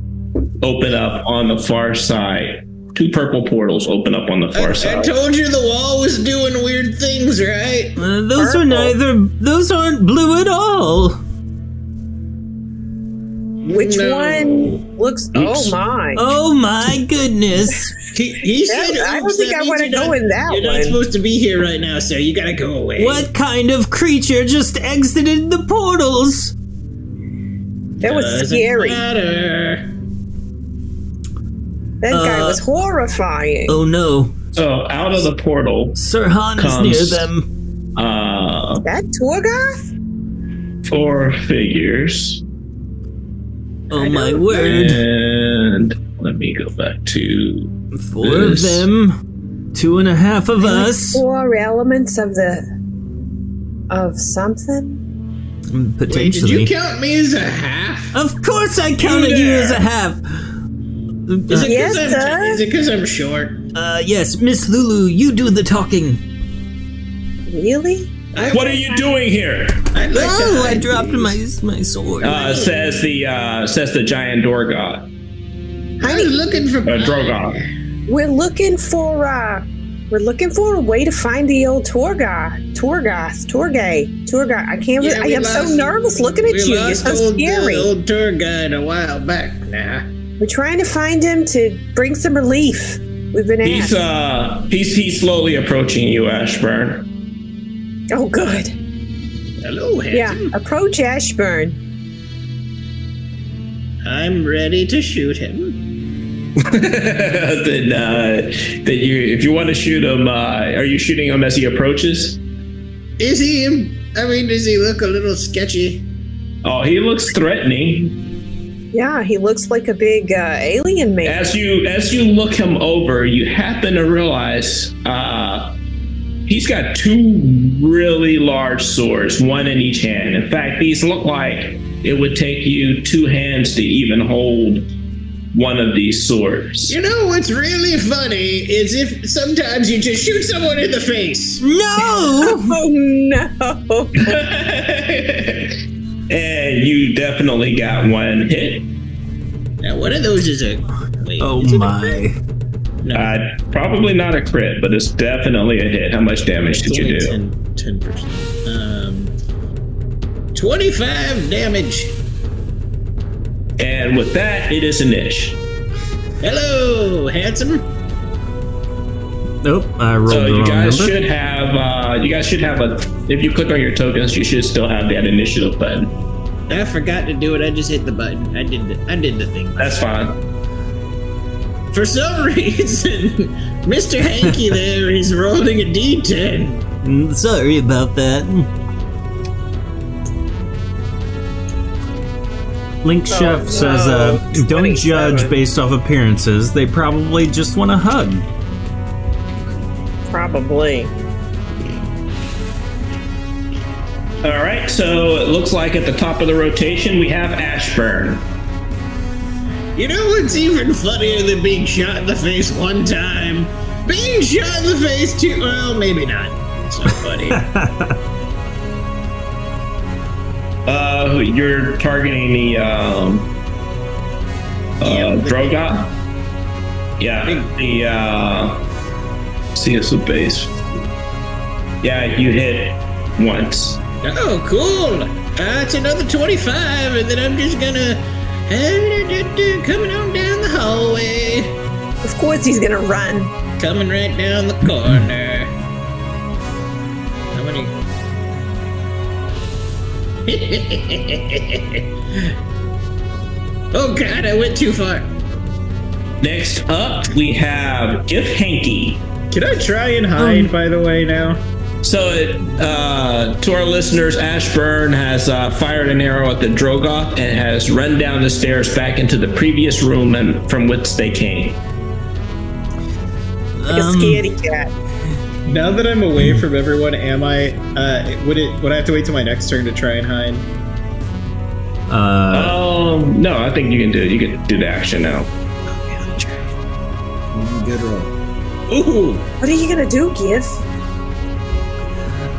open up on the far side. Two purple portals open up on the far I side. told you the wall was doing weird things, right? Uh, those are neither. Those aren't blue at all. Which No. one looks? Oh my! Oh my goodness. He, he said, I don't "Oops, think that I means wanna you're not- go in that You're one." not supposed to be here right now, sir. You gotta go away. What kind of creature just exited the portals? that was Doesn't scary. matter. That guy was horrifying. Oh no. So out of the portal, Sirhan is Comes. near them. uh, That tour guide? four figures. Oh my word. And let me go back to Four of this. them. Two and a half of us. Four elements of the of something. Did Potentially. you count me as a half? of course I counted you there. as a half. Is it Yes, because I'm, sir. is it 'cause I'm short? Uh, yes, Miss Lulu, you do the talking. Really? I, What are you doing here? I like Oh, that I idea. dropped my my sword. Uh, says the uh, says the giant door god. I was looking for. Uh, Drogon. We're looking for uh we're looking for a way to find the old tour guy. Tour guys, tour gay, tour guy. I can't Yeah, re- we I am so lost- nervous looking at we you. You're lost so old, uh, scary. old tour guide a while back. Nah. We're trying to find him to bring some relief. We've been asked. He's uh he's he's slowly approaching you, Ashburn. oh good. Hello, Yeah. handsome. Approach Ashburn. I'm ready to shoot him. <laughs> then uh, that you if you want to shoot him, uh, are you shooting him as he approaches? Is he? im- I mean, does he look a little sketchy? Oh, he looks threatening. Yeah, he looks like a big uh, alien man. As you as you look him over, you happen to realize uh, he's got two really large swords, one in each hand. In fact, these look like it would take you two hands to even hold one of these <laughs> swords. <laughs> You know what's really funny is if sometimes you just shoot someone in the face. no! <laughs> Oh no. and you definitely got one hit. Now, one of those is a. Wait, Oh is it a my. Uh, probably not a crit, but it's definitely a hit. How much damage did you do? 10 percent. Um, twenty-five damage. And with that, it is an ish. Hello, handsome. Nope, I rolled So the you wrong guys number. should have uh, you guys should have a if you click on your tokens you should still have that initiative button. I forgot to do it. I just hit the button. I did the I did the thing. That's fine. For some <laughs> reason, Mr. Hanky there is rolling a D10. Mm, Sorry about that. Link Chef says, uh, don't judge based off appearances. They probably just want a hug. Probably. All right. So it looks like at the top of the rotation we have Ashburn. You know what's even funnier than being shot in the face one time? Being shot in the face two. Well, maybe not. It's not funny. Uh, you're targeting the um, uh, Drogot. Yeah. The uh, see it's a base. Yeah, you hit once. oh, cool. Uh, it's another 25, and then I'm just gonna. Coming on down the hallway. Of course he's gonna run. Coming right down the corner. How many. <laughs> oh god, I went too far. Next up we have Gift Hanky. Can I try and hide, by the way, now? So, it, uh, to our listeners, Ashburn has uh, fired an arrow at the Drogoth and has run down the stairs back into the previous room and from which they came. Like a scaredy cat. Now that I'm away from everyone, am I? Uh, would it? Would I have to wait till my next turn to try and hide? Uh, Um, no, I think you can do it. You can do the action now. Good roll. Ooh! What are you gonna do, Gif?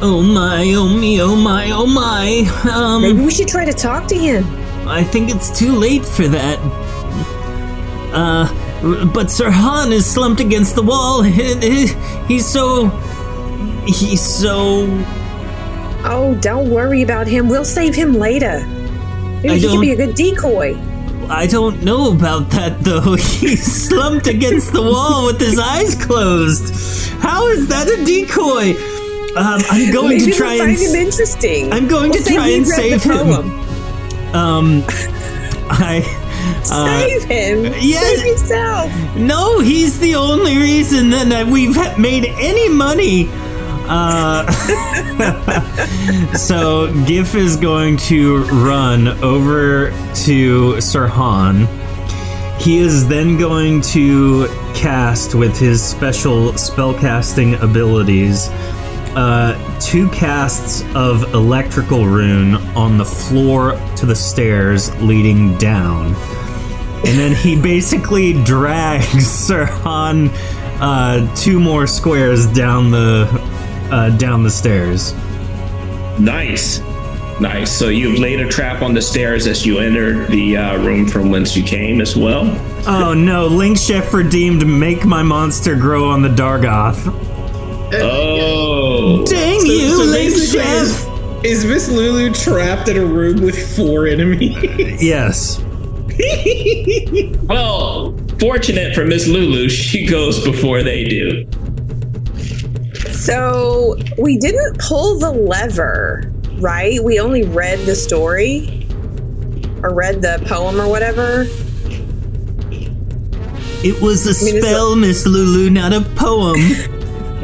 Oh my, oh me, oh my, oh my. Um, Maybe we should try to talk to him. I think it's too late for that. Uh, r- but Sirhan is slumped against the wall. <laughs> He's so. He's so. Oh, don't worry about him. We'll save him later. Maybe I he don't- could be a good decoy. I don't know about that though. <laughs> He slumped against the wall with his eyes closed. How is that a decoy? Um, I'm going Maybe to try we'll and find s- him interesting. I'm going to say try he and read the save him. poem. um I uh, save him. yes. Save yourself. No, he's the only reason that I- we've ha- made any money. Uh, <laughs> so Gif is going to run over to Sirhan. He is then going to cast with his special spellcasting abilities uh, two casts of electrical rune on the floor to the stairs leading down and then he basically drags <laughs> Sir Han uh, two more squares down the uh, down the stairs. Nice. Nice. So you've laid a trap on the stairs as you entered the uh, room from whence you came as well. Oh no! Link Chef redeemed make my monster grow on the Dargoth. Oh. Dang you, Link Chef! Is Miss Lulu trapped in a room with four enemies? <laughs> Yes. Well, fortunate for Miss Lulu, she <laughs> goes before they do. So we didn't pull the lever, right? We only read the story or read the poem or whatever. It was a mean, it's spell, Miss Lulu, not a <laughs> poem.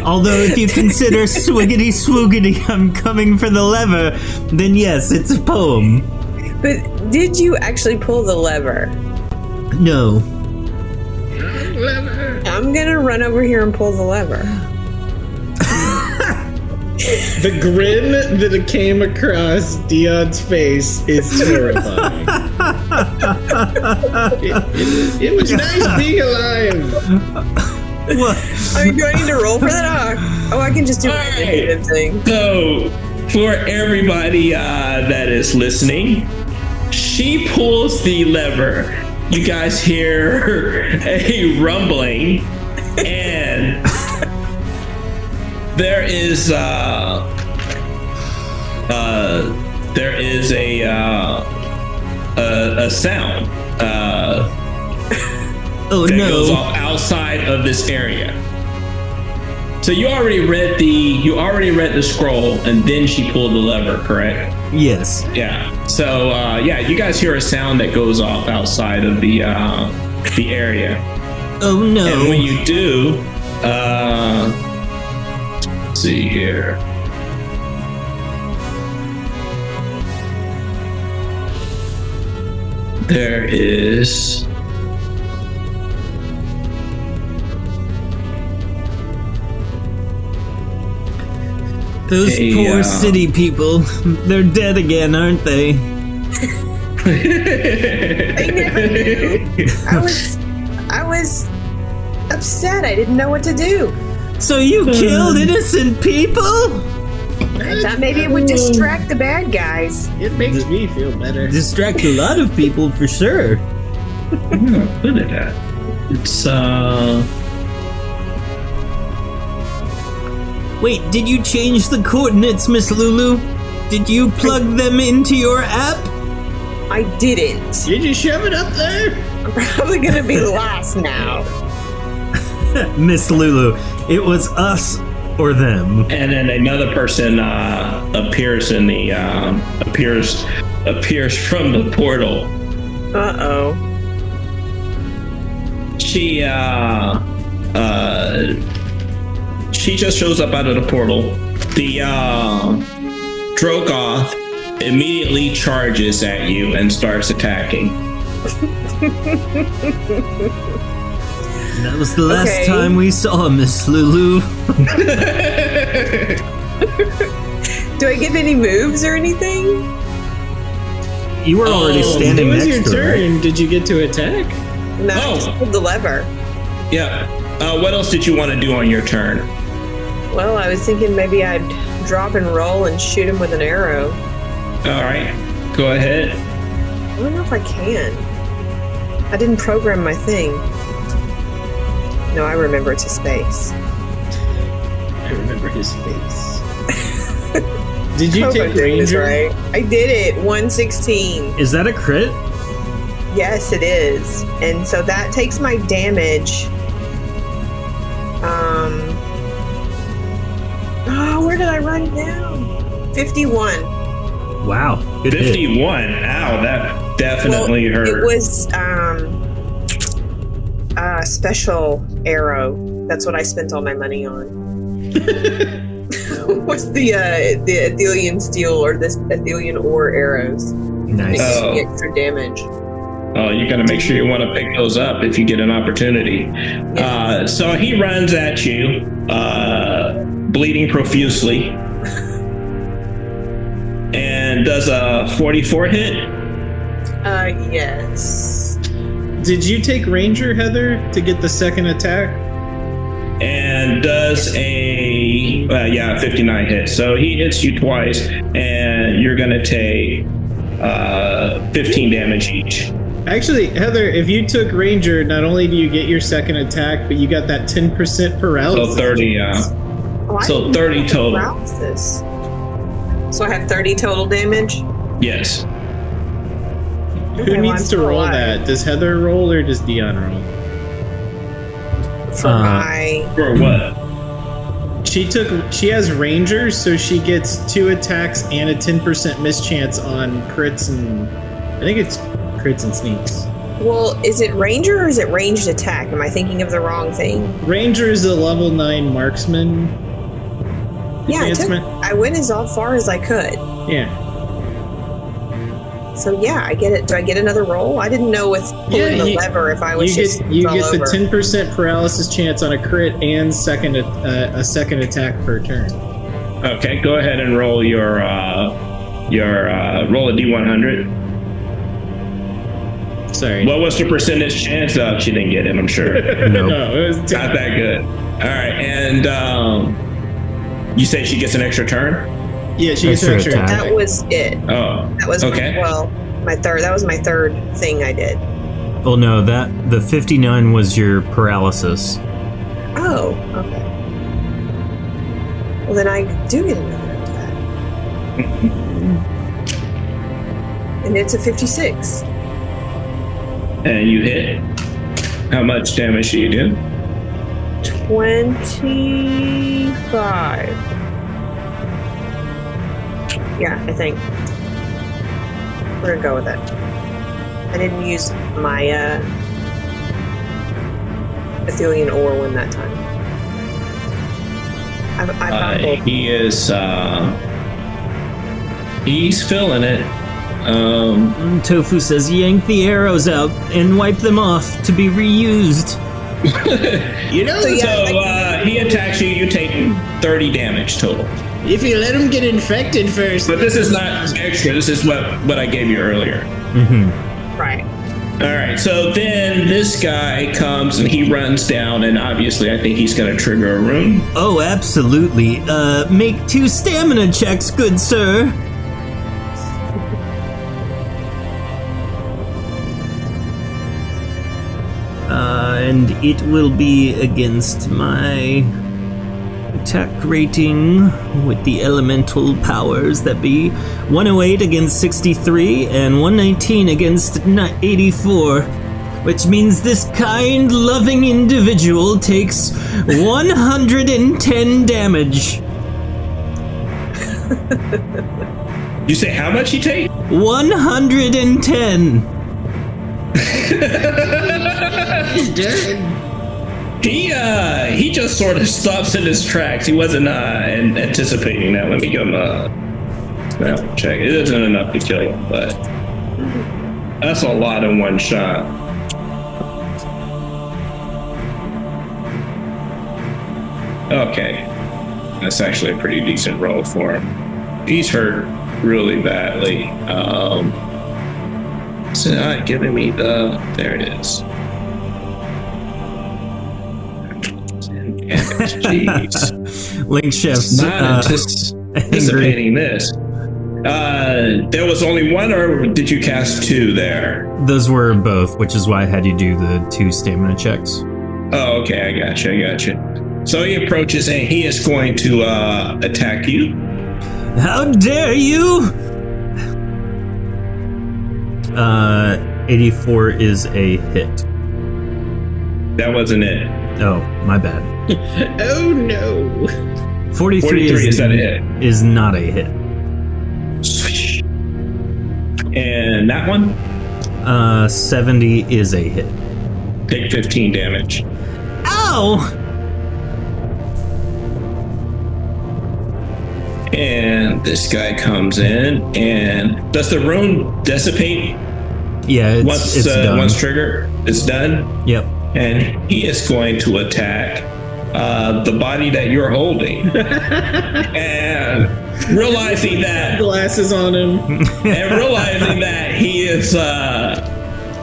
Although, if you consider swiggity swoogity, I'm coming for the lever, then yes, it's a poem. But did you actually pull the lever? No, I'm gonna run over here and pull the lever. the grin that came across Dion's face is <laughs> terrifying. it, it- it was nice being alive. <laughs> I mean, do I need to roll for that? Oh, oh I can just do my negative thing. So, for everybody uh, that is listening, she pulls the lever. You guys hear <laughs> a rumbling, and <laughs> there is uh, uh, there is a uh, a, a sound uh, oh that no. goes off outside of this area. So you already read the you already read the scroll, and then she pulled the lever, correct? Yes. Yeah. So uh, yeah, you guys hear a sound that goes off outside of the uh, the area, Oh no. and when you do, uh, let's see here. There is Those Hey, poor uh, city people. <laughs> They're dead again, aren't they? I was, I was upset. I didn't know what to do. So you Hmm. killed innocent people? I thought maybe it would distract the bad guys. It makes me feel better. Distract a lot of people for sure. Yeah, look at that. It's uh Wait, did you change the coordinates, Miss Lulu? Did you plug them into your app? <laughs> I didn't. <laughs> Did you shove it up there? I'm probably gonna be lost now. Miss Lulu, it was us or them. and then another person uh appears in the um appears appears from the portal. Uh oh. She uh uh she just shows up out of the portal. The uh Drogoth immediately charges at you and starts attacking. That was the last Okay. time we saw Miss Lulu. Do I get any moves or anything? You were already standing Oh, it was your next to her. right? turn. Did you get to attack? No, I Oh. just pulled the lever. Yeah. Uh, what else did you want to do on your turn? Well, I was thinking maybe I'd drop and roll and shoot him with an arrow. All right, go ahead. I don't know if I can. I didn't program my thing. No, I remember it's a space. I remember his face. Did you <laughs> Hope I take Oh did this ranger? right. I did it. 116. Is that a crit? Yes, it is. And so that takes my damage. Um. Oh, where did I write it down? 51. Wow. Good hit. 51. Ow, that definitely Well, hurt. It was um, uh, special arrow. That's what I spent all my money <laughs> on. What's the uh, the Athelian steel or this Athelian ore arrows? Nice. Makes Oh. the extra damage. Oh, you got to make sure you want to pick those up if you get an opportunity. Uh, so he runs at you, uh, bleeding profusely, and does a 44 hit. Uh, yes. Did you take Ranger Heather to get the second attack? and does a uh, yeah 59 hit so he hits you twice and you're gonna take uh 15 damage each Actually, Heather, if you took Ranger, not only do you get your second attack, but you got that 10% Oh, paralysis. so 30 uh Oh, I So didn't 30 have to total. rouse this. So I have 30 total damage. yes Okay, Who well, I'm needs to still roll alive. that? Does Heather roll or does Dion roll? For Uh-huh. Uh, my. for what She took. She has Ranger, so she gets two attacks and a 10% mischance on crits and. I think it's crits and sneaks. Well, is it ranger or is it ranged attack? Am I thinking of the wrong thing? Ranger is a level 9 marksman. Yeah, I, took, Advancement. I went as all far as I could. Yeah. So yeah, I get it. Do I get another roll? I didn't know with pulling Yeah, the you- lever if I was You just get you fell get over. the 10% paralysis chance on a crit and second uh, a second attack per turn. okay go ahead and roll your uh your uh roll a d100 Sorry. what was the percentage chance of she didn't get it i'm sure Uh, <laughs> Nope. No, it was 10. not that good all right and um you say she gets an extra turn Yeah, she gets her extra Extra attack. attack. That was it. oh That was Okay. well, my third. That was my third thing I did. Oh, Well, no, that the 59 was your paralysis. Oh, okay. Well, then I do get another attack, and it's a fifty-six. and you hit how much damage do you do 25. Yeah, I think. We're gonna go with it. I didn't use my uh, Athelian ore one that time. I, I Uh, fumbled. he is uh, he's feeling it. Um, Mm, Tofu says, yank the arrows out and wipe them off to be reused. you know, So, so, yeah, uh, he attacks you. You take thirty damage total. If you let him get infected first, But this is not extra. This is what what I gave you earlier. right. All right. So then this guy comes and he runs down, and obviously I think he's going to trigger a room. Oh, absolutely. Uh, make two stamina checks, good sir. <laughs> Uh, and it will be against my attack rating with the elemental powers that be 108 against 63 and 119 against ni- 84 which means this kind loving individual takes 110 damage You say how much he takes? 110 he's dead. He uh he just sort of stops in his tracks. He wasn't uh an- anticipating that. Let me give him a well, check. It isn't enough to kill him, but that's a lot in one shot. Okay, that's actually a pretty decent roll for him. He's hurt really badly. Um, it's not giving me the. There it is. Jeez. link shifts not uh, <laughs> antici- anticipating this. Uh, there was only one, or did you cast two there? Those were both, which is why I had you do the two stamina checks. Oh, okay, I gotcha, I gotcha. So he approaches and he is going to uh, attack you. how dare you uh 84 is a hit. That wasn't it. Oh, my bad. Oh no. 43, 43 is that a hit? Is not a hit. And that one, Uh, 70 is a hit. take 15 damage. Ow! And this guy comes in, and does the rune dissipate Yeah, it's, once it's uh, done. once trigger is done? yep. And he is going to attack uh, the body that you're holding, and realizing that Glasses on him. and realizing that he is uh,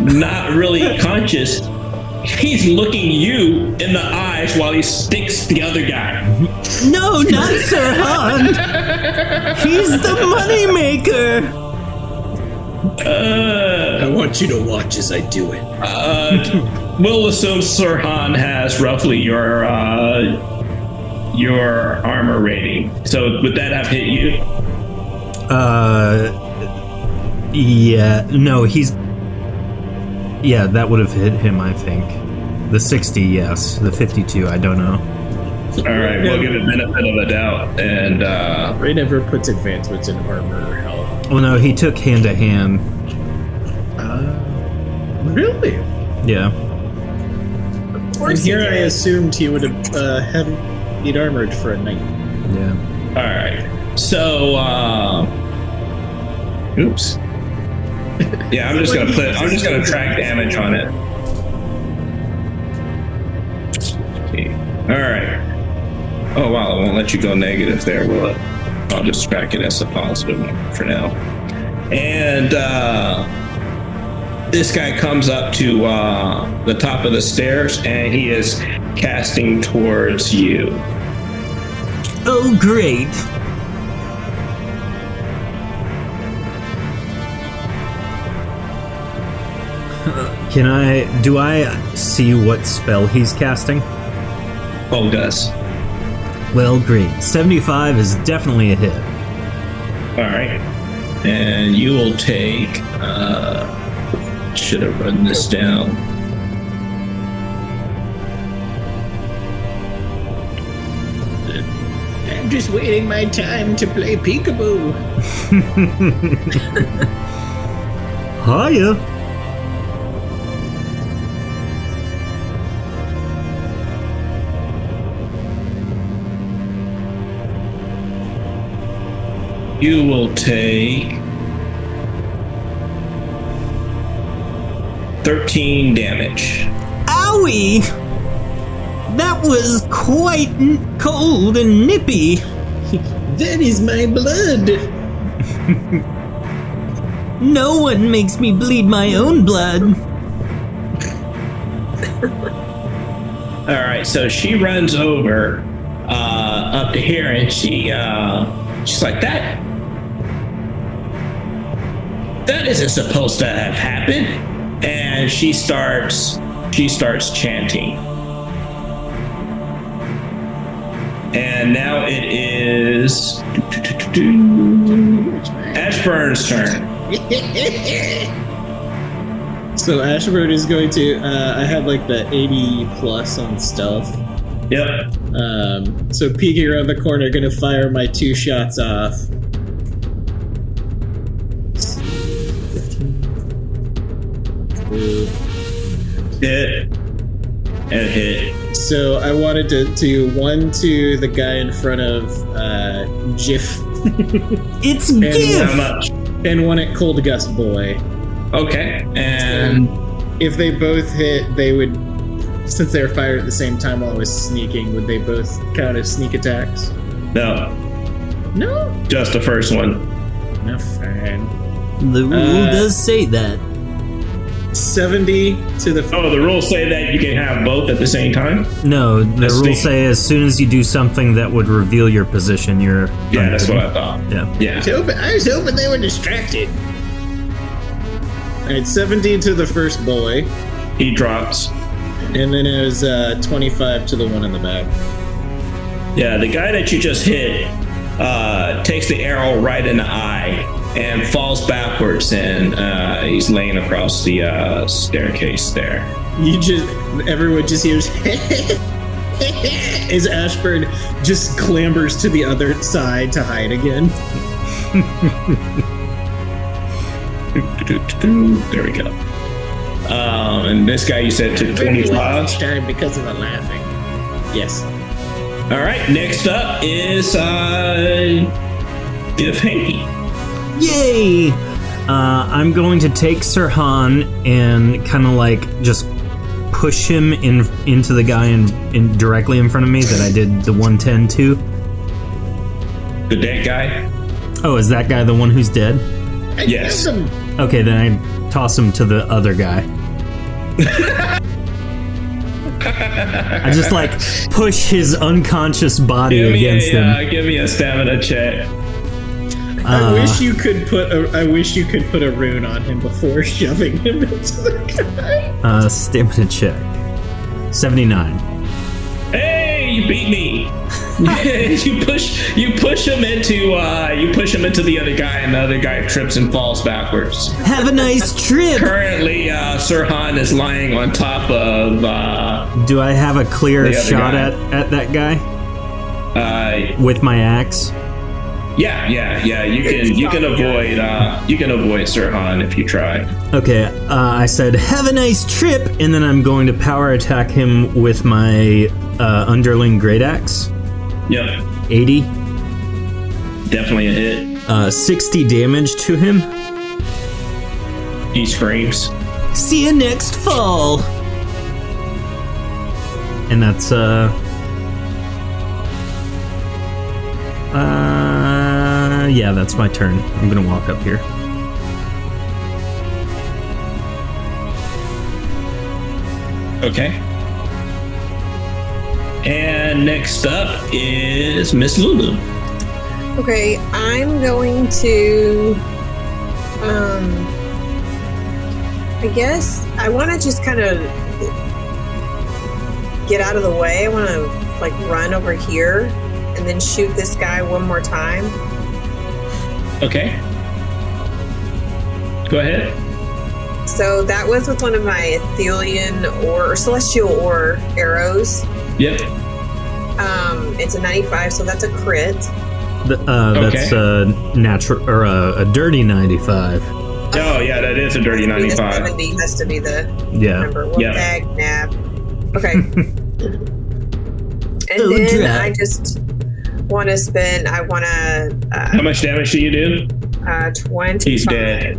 not really conscious, he's looking you in the eyes while he sticks the other guy. No, not Sir Hunt. He's the moneymaker. Uh, I want you to watch as I do it. uh, we'll assume Sirhan has roughly your uh, your armor rating. So would that have hit you? Uh, yeah, no, he's. Yeah, that would have hit him, I think. The 60, yes. The 52, I don't know. All right, we'll give it benefit of the doubt, and uh, Ray never puts advancements in armor or health. Well, no, he took hand to hand. Really? Yeah. And here I assumed he would have uh, have he'd armored for a night. Yeah. all right. So, uh, oops. <laughs> Yeah, I'm just gonna put. I'm just gonna track damage on it. All right. Oh wow, it won't let you go negative there, will it? I'll just track it as a positive number for now. And uh, this guy comes up to uh, the top of the stairs, and he is casting towards you. Oh, great. Can I. Do I see what spell he's casting? Oh, does. Well, great. 75 is definitely a hit. All right. And you will take. Uh, should have run this down. I'm just waiting my time to play peekaboo. Hiya! You will take. 13 damage. Owie. That was quite n- cold and nippy. That is my blood. No one makes me bleed my own blood. All right, so she runs over uh, up to here, and she uh, she's like that. That isn't supposed to have happened, and she starts she starts chanting, and now it is Ashburn's turn. So Ashford is going to. Uh, I had like the 80 plus on stealth. Yep. Um, so peeking around the corner, gonna fire my two shots off. Ooh. Hit and hit. So I wanted to, to one to the guy in front of uh, Jif <laughs> It's and How gift. much? and one at Cold Gust Boy. Okay. And If they both hit, they would, since they were fired at the same time while I was sneaking, would they both count as sneak attacks? no, No. just the first one. No, fine. um, The rule Uh, does say that. 70 to the. Oh, the rules say that you can have both at the same time. No, the Let's rules see. say as soon as you do something that would reveal your position, you're. Yeah, that's what I thought. Yeah. Yeah. Hoping- I was hoping they were distracted. Alright, 70 to the first boy, He drops. and then it was uh, 25 to the one in the back. Yeah, the guy that you just hit uh, takes the arrow right in the eye and falls backwards, and uh, he's laying across the uh, staircase there. You just everyone just hears <laughs> as Ashburn just clambers to the other side to hide again. There we go. Um, and this guy you said took Maybe 25. last time because of the laughing. Yes. All right, next up is uh, Give Hanky. Yay! Uh, I'm going to take Sirhan and kind of like just push him in into the guy in, in directly in front of me that I did the 110 to. The dead guy? Oh, is that guy the one who's dead? I Yes. killed him. Okay, then I toss him to the other guy. I just like push his unconscious body Give me, against a, him. uh, give me a stamina check. I Uh, wish you could put a I wish you could put a rune on him before <laughs> shoving him into the guy. Uh, stamina check. 79. Hey, you beat me. <laughs> you push you push him into uh, you push him into the other guy and the other guy trips and falls backwards. Have a nice trip! Currently, uh, Sirhan is lying on top of uh, Do I have a clear The other shot guy. at, at that guy uh, with my axe? yeah, yeah, yeah. You can you can avoid uh, you can avoid Sirhan if you try. Okay, uh, I said, have a nice trip, and then I'm going to power attack him with my uh, underling great axe. Yep, 80. definitely a hit. Uh, 60 damage to him. He screams. See you next fall! And that's, uh. Uh. Yeah, that's my turn. I'm gonna walk up here. Okay. And next up is Miss Lulu. Okay, I'm going to. Um, I guess I want to just kind of get out of the way. I want to like run over here and then shoot this guy one more time. Okay. Go ahead. So that was with one of my Athelian or, or Celestial or arrows. Yep. Um, it's a 95, so that's a crit. Th- uh, That's a natural, or uh, a, a dirty 95. Oh yeah, that is a dirty I mean, the ninety-five. 70 has to be the Yeah. Remember, one Yeah. tag, nab. <laughs> Okay. and then drag. I just want to spend, I want to, uh, How much damage do you do? uh, 20. He's dead.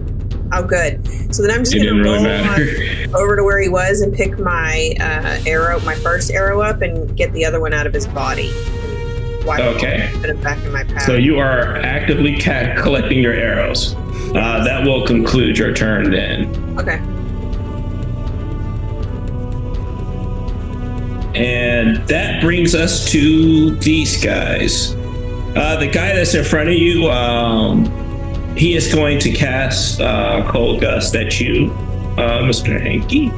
Oh, good. So then I'm just It going didn't to roll really matter. on over to where he was and pick my uh, arrow, my first arrow up and get the other one out of his body. Wipe him Okay. off, Put him back in my path. So you are actively ca- collecting your arrows. Uh, that will conclude your turn then. okay. And that brings us to these guys. Uh, the guy that's in front of you, um, he is going to cast uh, Cold Gust at you, uh, Mr. Hanky.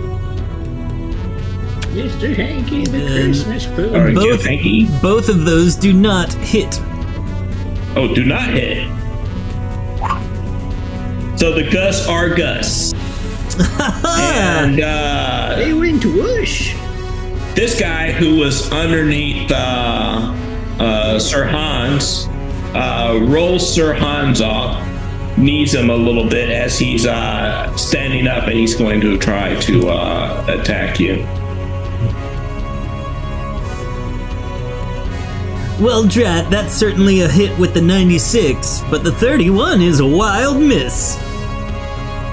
Mr. Hanky, the Christmas poo. Or Both- Hanky. Both of those do not hit. Oh, do not hit. So the gusts are gusts. and uh, They went whoosh. this guy who was underneath uh, uh, Sir Hans uh, rolls Sir Hans off, knees him a little bit as he's uh, standing up and he's going to try to uh, attack you. Well, drat, that's certainly a hit with the 96, but the 31 is a wild miss.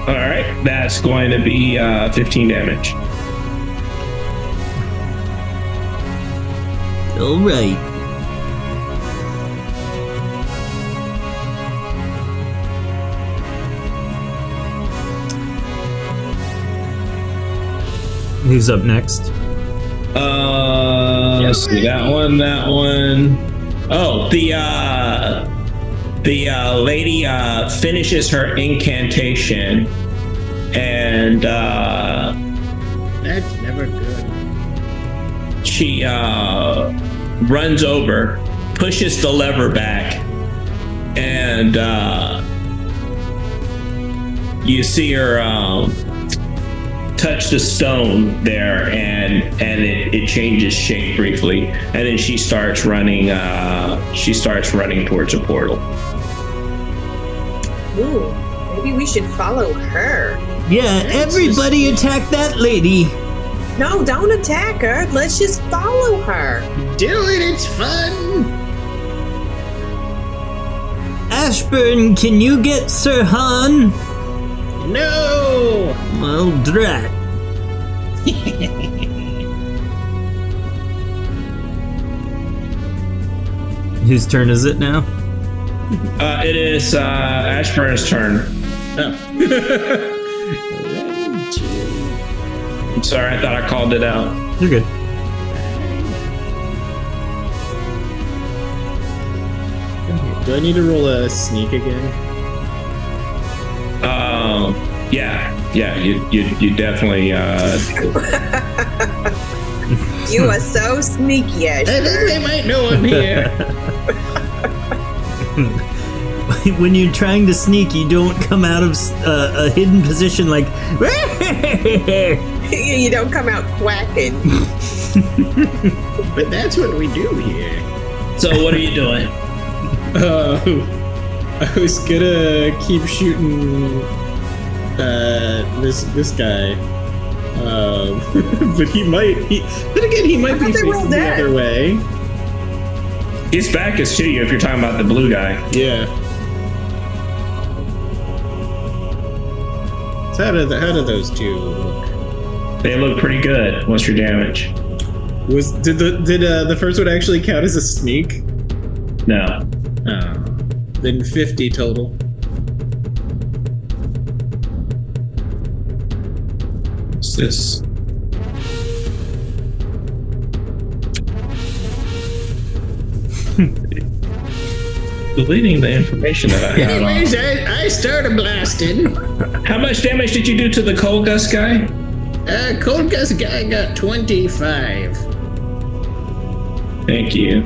All right, that's going to be uh, 15 damage. All right. Who's up next? Uh, let's see that one, that one. Oh, the uh, the uh, lady uh, finishes her incantation, and uh, That's never good. she uh, runs over, pushes the lever back, and uh, you see her um, touch the stone there, and and it, it changes shape briefly, and then she starts running. Uh, she starts running towards a portal. Ooh, maybe we should follow her. Yeah, everybody attack that lady. No, don't attack her. Let's just follow her. Dylan, it's fun. Ashburn, can you get Sir Han? No. Well, drat. <laughs> Whose turn is it now? Uh, it is uh, Ashburn's turn. <laughs> I'm sorry, I thought I called it out. You're good. Do I need to roll a sneak again? Um, yeah, yeah, you you, you definitely. Uh, You are so sneaky, Ash. I think they might know <laughs> I'm here. <laughs> when you're trying to sneak, you don't come out of s- uh, a hidden position like. <laughs> you don't come out quacking. but that's what we do here. so what are you doing? <laughs> Uh, I was gonna keep shooting uh, this this guy, um, <laughs> but he might. He, but again, he might be thought they facing rolled the that. other way. His back is to you if you're talking about the blue guy. Yeah. So how do the, how do those two look? They look pretty good. What's your damage? Was did the did uh, the first one actually count as a sneak? No. Oh. Then fifty total. What's this? Deleting the information that I had on. Anyways, I, I started blasting. How much damage did you do to the cold gust guy? Uh, Cold Gus guy got 25. Thank you.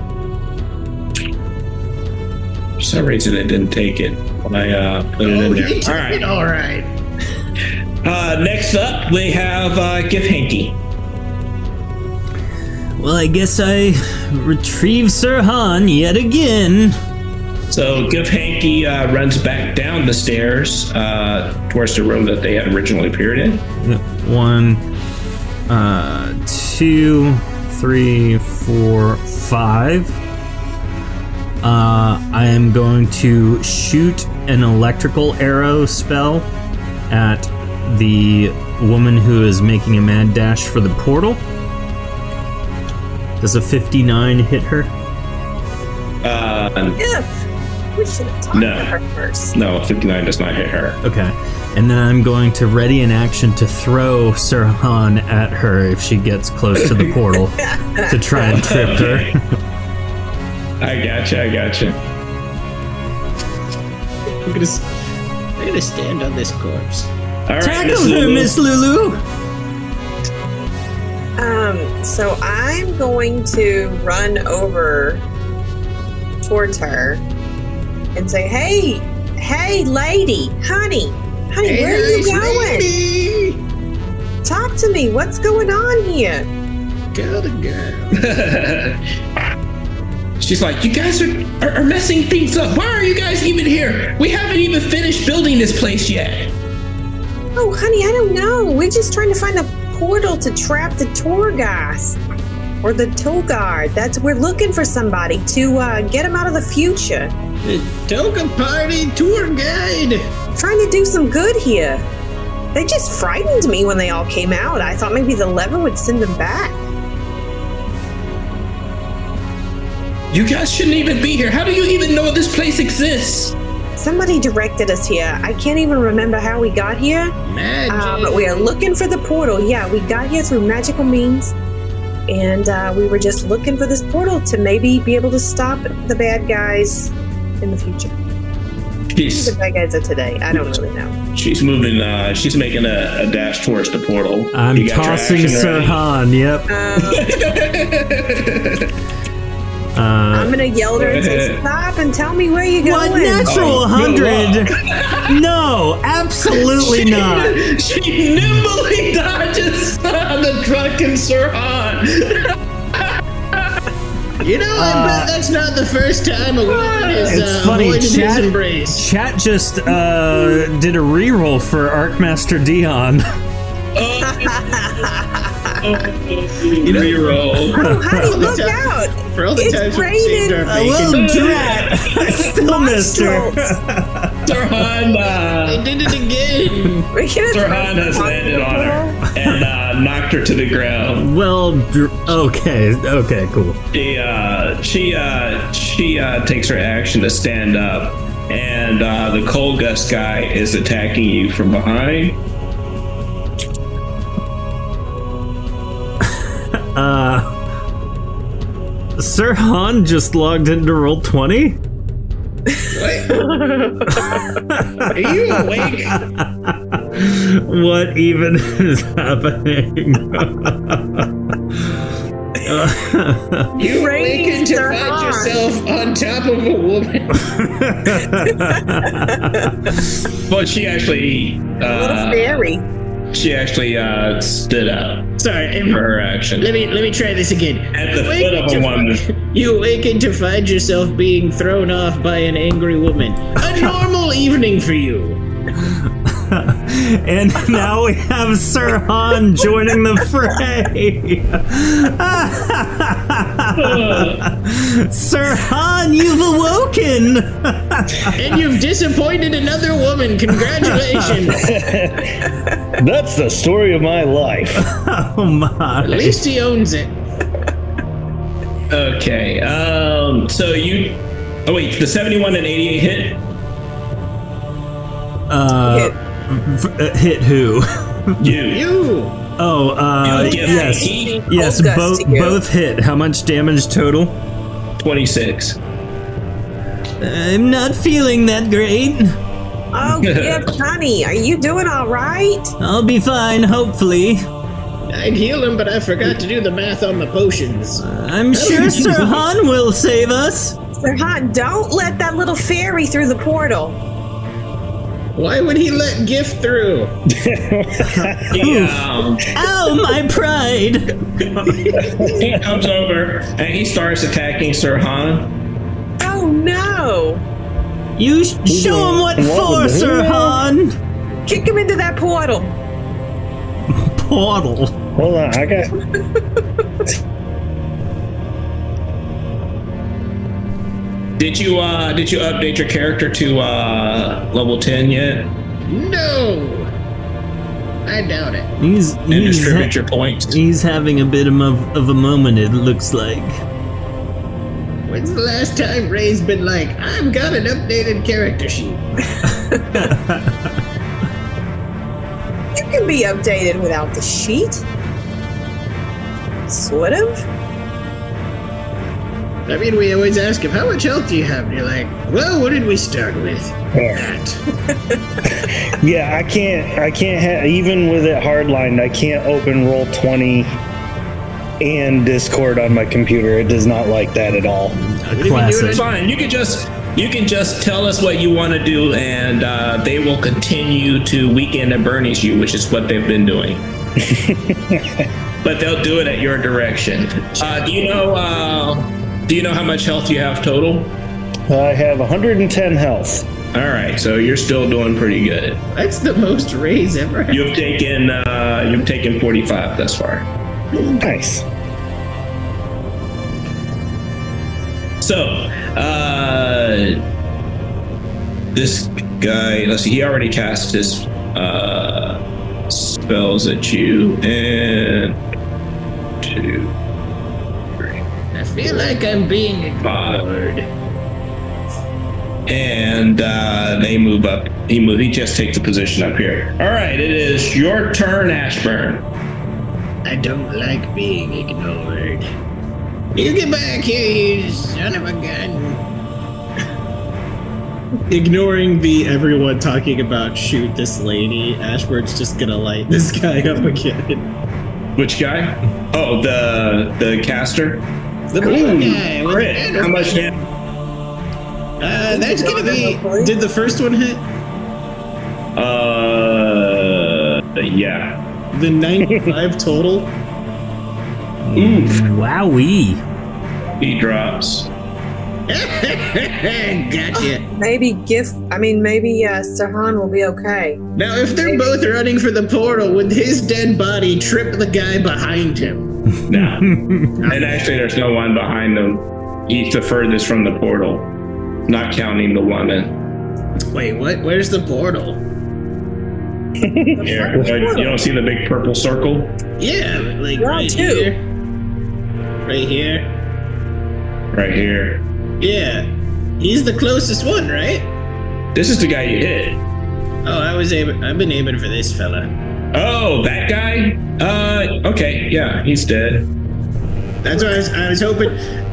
For some reason, it didn't take it when I uh, put it Oh, in he there. did All all right. right. Uh, next up, we have uh, Gif Hinky. well, I guess I retrieve Sir Han yet again. So Gif Hanky uh, runs back down the stairs uh, towards the room that they had originally appeared in. One, uh, two, three, four, five. Uh, I am going to shoot an electrical arrow spell at the woman who is making a mad dash for the portal. Does a 59 hit her? Uh, If we should have talked No. to her first. no, 59 does not hit her. Okay. And then I'm going to ready an action to throw Sir Han at her if she gets close to the portal to try and trip her. Okay. I gotcha, I gotcha. I'm gonna s- I'm gonna stand on this corpse. <laughs> All right, Tackle Miss her, Lulu. Miss Lulu. Um, so I'm going to run over towards her and say, "Hey, hey, lady, honey, honey, where are you going? going? Talk to me. What's going on here?" Girl to girl. <laughs> She's like, you guys are, are, are messing things up. Why are you guys even here? We haven't even finished building this place yet. Oh, honey, I don't know. We're just trying to find a portal to trap the tour guys or the tour guard. That's we're looking for somebody to uh, get them out of the future. Toga party tour guide. Trying to do some good here. They just frightened me when they all came out. I thought maybe the lever would send them back. You guys shouldn't even be here. How do you even know this place exists? Somebody directed us here. I can't even remember how we got here, Magic. uh, but we are looking for the portal. Yeah, we got here through magical means, and uh, we were just looking for this portal to maybe be able to stop the bad guys in the future. She's, the bad guys are today. I don't really know. she's moving, uh, she's making a, a dash towards the portal. I'm You got your tossing action Sir ready? Han. Yep. Um, Uh, I'm gonna yell at her and say, "Stop and tell me where you're what going." natural Oh, hundred? good <laughs> no, absolutely not. she <laughs> nimbly dodges the drunken Sirhan. You know, I bet that's not the first time a woman is uh, It's funny, avoided his Chad- embrace. Chat just uh, did a reroll for Arcmaster Dion. <laughs> Reroll. Oh, honey, look out! For all the It's times we've rated saved our a bacon, Drat! <laughs> I still missed her. Nostrils. Sirhan, I uh, did it again. We can Sirhan has landed on her and uh, knocked her to the ground. Well, dr- okay, okay, cool. She uh, she uh, she uh, takes her action to stand up, and uh, the cold gust guy is attacking you from behind. Sir Han just logged into roll twenty. Are you awake? What even <laughs> is happening? You Rating awaken to Sir find Han. yourself on top of a woman. But she actually Little uh, fairy. she actually uh, stood up Sorry, for em- her action. let me let me try this again. At the You foot awaken of a to woman. fi- you awaken to find yourself being thrown off by an angry woman. <laughs> A normal evening for you. <laughs> And now we have Sir Han joining the fray. <laughs> Sir Han, you've awoken. <laughs> And you've disappointed another woman. <laughs> Congratulations. That's the story of my life. Oh my! At least he owns it. Okay. Um. So you. Oh wait, the seventy-one and eighty-eight hit. Uh, f- uh, hit who? You. You. Oh, uh, Give yes, me yes, Cold both gust to you. both hit. How much damage total? Twenty-six. I'm not feeling that great. Oh, <laughs> yeah, honey, are you doing all right? I'll be fine, hopefully. I'd heal him, but I forgot to do the math on the potions. I'm sure Sir Han will save us. Sir Han, don't let that little fairy through the portal. Why would he let Gift through? He, um, Ow, my pride! he comes over and he starts attacking Sir Han. Oh no! You sh- show him what for, Sir Han. Kick him into that portal. Portal. Hold on, I got. Did you uh did you update your character to uh level ten yet? No. I doubt it. He's And he's, distribute ha- your points. he's having a bit of a, of a moment. It looks like. When's the last time Ray's been like, I've got an updated character sheet? You can be updated without the sheet. Sort of. I mean, we always ask him, how much health do you have? And you're like, well, what did we start with? That. Yeah, I can't. I can't. Ha- even with it hardlined, I can't open roll twenty and Discord on my computer. It does not like that at all. It's Classic. fine. You can just you can just tell us what you want to do, and uh, they will continue to weekend at Bernie's you, which is what they've been doing. but they'll do it at your direction. Uh, do you know? Uh, do you know how much health you have total? I have 110 health. All right, so you're still doing pretty good. That's the most Ray's ever had. You've taken uh, you've taken 45 thus far. Nice. So, uh, this guy, let's see, he already cast his uh, spells at you, and two, three, I feel like I'm being five. And uh, they move up. He move. He just takes a position up here. All right, it is your turn, Ashburn. I don't like being ignored. You get back here, you son of a gun. Ignoring the everyone talking about shoot this lady, Ashford's just gonna light this guy up again. Which guy? Oh, the the caster. The blue guy. with the Crit. banner. How much damage? Uh, that's gonna be. Did the first one hit? Uh, yeah. The 95 total? Oof, Wowee. he drops. <laughs> gotcha. Maybe Gif. I mean, maybe uh, Sirhan will be okay. Now, if they're both running for the portal, would his dead body trip the guy behind him? No. and actually, there's no one behind him. He's the furthest from the portal, not counting the woman. Wait, what? Where's the portal? Here, you don't see the big purple circle? Yeah, like Round right two. here. Right here. Right here. Yeah, he's the closest one, right? This is the guy you hit. Oh, I was aiming. I've been aiming for this fella. Oh, that guy? Uh, okay, yeah, he's dead. That's why I was, I was hoping.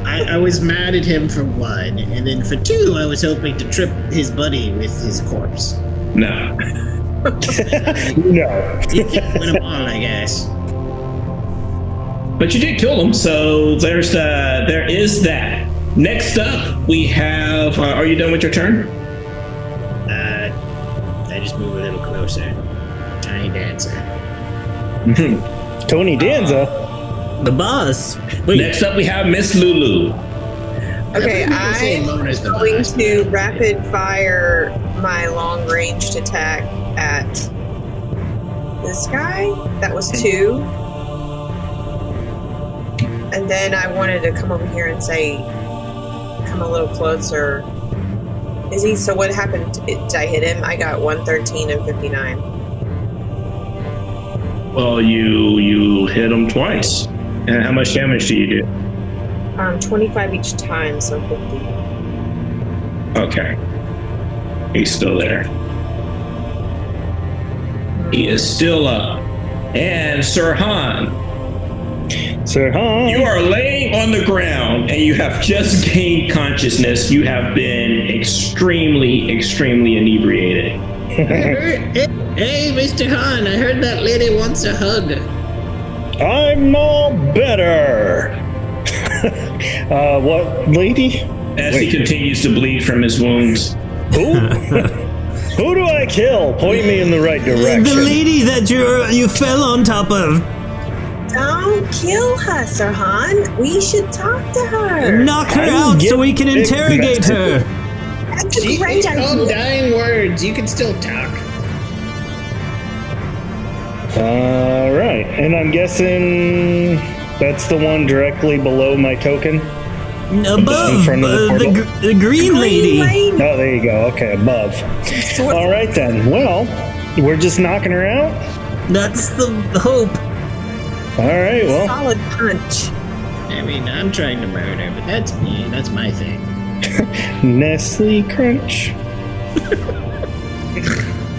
I, I was mad at him for one, and then for two, I was hoping to trip his buddy with his corpse. No. No. You can't win them all, I guess. But you did kill him, so there's the there is that. Next up, we have. Uh, are you done with your turn? Uh, I just move a little closer. Tiny dancer. Tony Danza. The boss. Wait, Next up, we have Miss Lulu. Okay, I say I'm Lona's the going last. to rapid fire my long ranged attack at this guy. That was two. And then I wanted to come over here and say, come a little closer. Is he? So what happened? Did I hit him? I got 113 and 59. Well, you you hit him twice. And how much damage do you do? Um, 25 each time, so 50. Okay, he's still there. He is still up. And Sirhan, Sir, huh? you are laying on the ground, and you have just gained consciousness. You have been extremely, extremely inebriated. Hey, hey, Mr. Han, I heard that lady wants a hug. I'm all better. <laughs> uh, what lady? As he continues to bleed from his wounds. Who? Who do I kill? Point me in the right the direction. lady that you you fell on top of. Don't kill her, Sirhan. We should talk to her. Knock her I don't out get so we can it. interrogate her. That's a She great called idea. dying words. You can still talk. All right, and I'm guessing that's the one directly below my token. Oh, Above front of the uh, the, portal. gr- the green lady. Oh, Lady. <laughs> there you go. Okay, above. All right then. Well, we're just knocking her out. That's the hope. All right. Well, Solid punch. I mean, I'm trying to murder, but that's me. That's my thing. Nestle Crunch.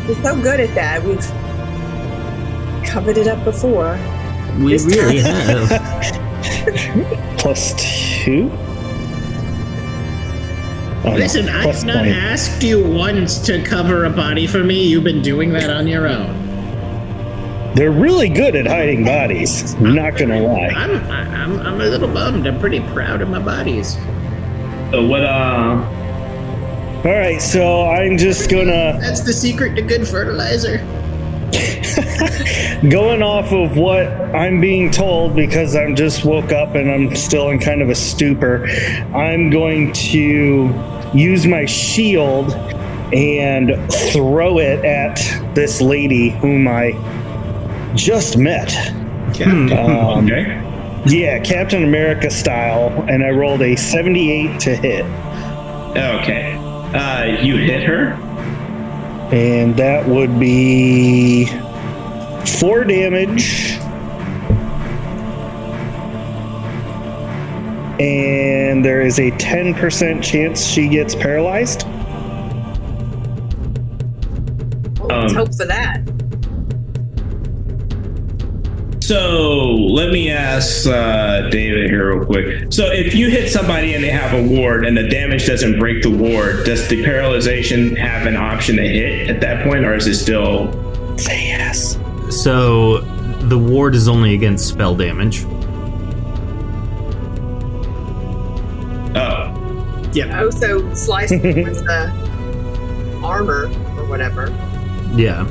We're so good at that. We've covered it up before. We This really time. have. plus two. Oh, no, Listen, I've plus not one. asked you once to cover a body for me. You've been doing that on your own. They're really good at hiding bodies. Not gonna lie. I'm, I- I'm, I'm a little bummed. I'm pretty proud of my bodies. So what? Uh, All right, so I'm just gonna That's the secret to good fertilizer. going off of what I'm being told because I'm just woke up and I'm still in kind of a stupor. I'm going to use my shield and throw it at this lady whom I just met. Um, okay. yeah, Captain America style, and I rolled a 78 to hit. Okay. Uh, you hit her. And that would be four damage. And there is a 10% chance she gets paralyzed. Let's Um, hope for that. So let me ask uh, David here real quick. So if you hit somebody and they have a ward and the damage doesn't break the ward, does the paralyzation have an option to hit at that point, or is it still? Say yes. So the ward is only against spell damage. Yeah. Oh, so slice <laughs> was the armor or whatever. Yeah.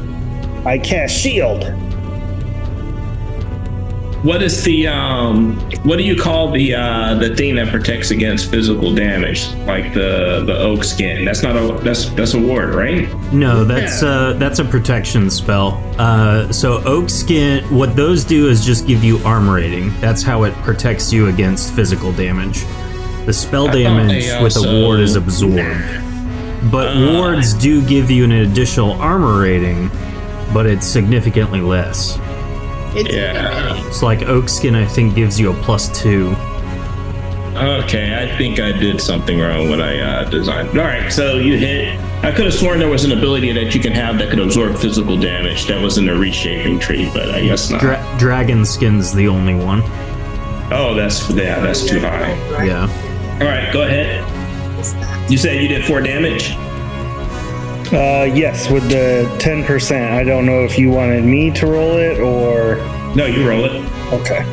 I cast shield. What is the um? What do you call the uh the thing that protects against physical damage, like the the oak skin? That's not a that's that's a ward, right? No, that's Yeah. uh that's a protection spell. Uh, so oak skin. What those do is just give you armor rating. That's how it protects you against physical damage. The I spell thought damage they with a also- ward is absorbed, but Uh. wards do give you an additional armor rating, but it's significantly less. It's Yeah. It's like oak skin. I think gives you a plus two. Okay, I think I did something wrong when I uh, designed. All right, so you hit. I could have sworn there was an ability that you can have that could absorb physical damage. That was in the reshaping tree, but I guess not. Dra- dragon skin's the only one. Oh, that's yeah, that's too high. Right? Yeah. All right, go ahead. It's that. You said you did four damage. Uh, yes, with the 10%. I don't know if you wanted me to roll it or. No, you roll it. Okay.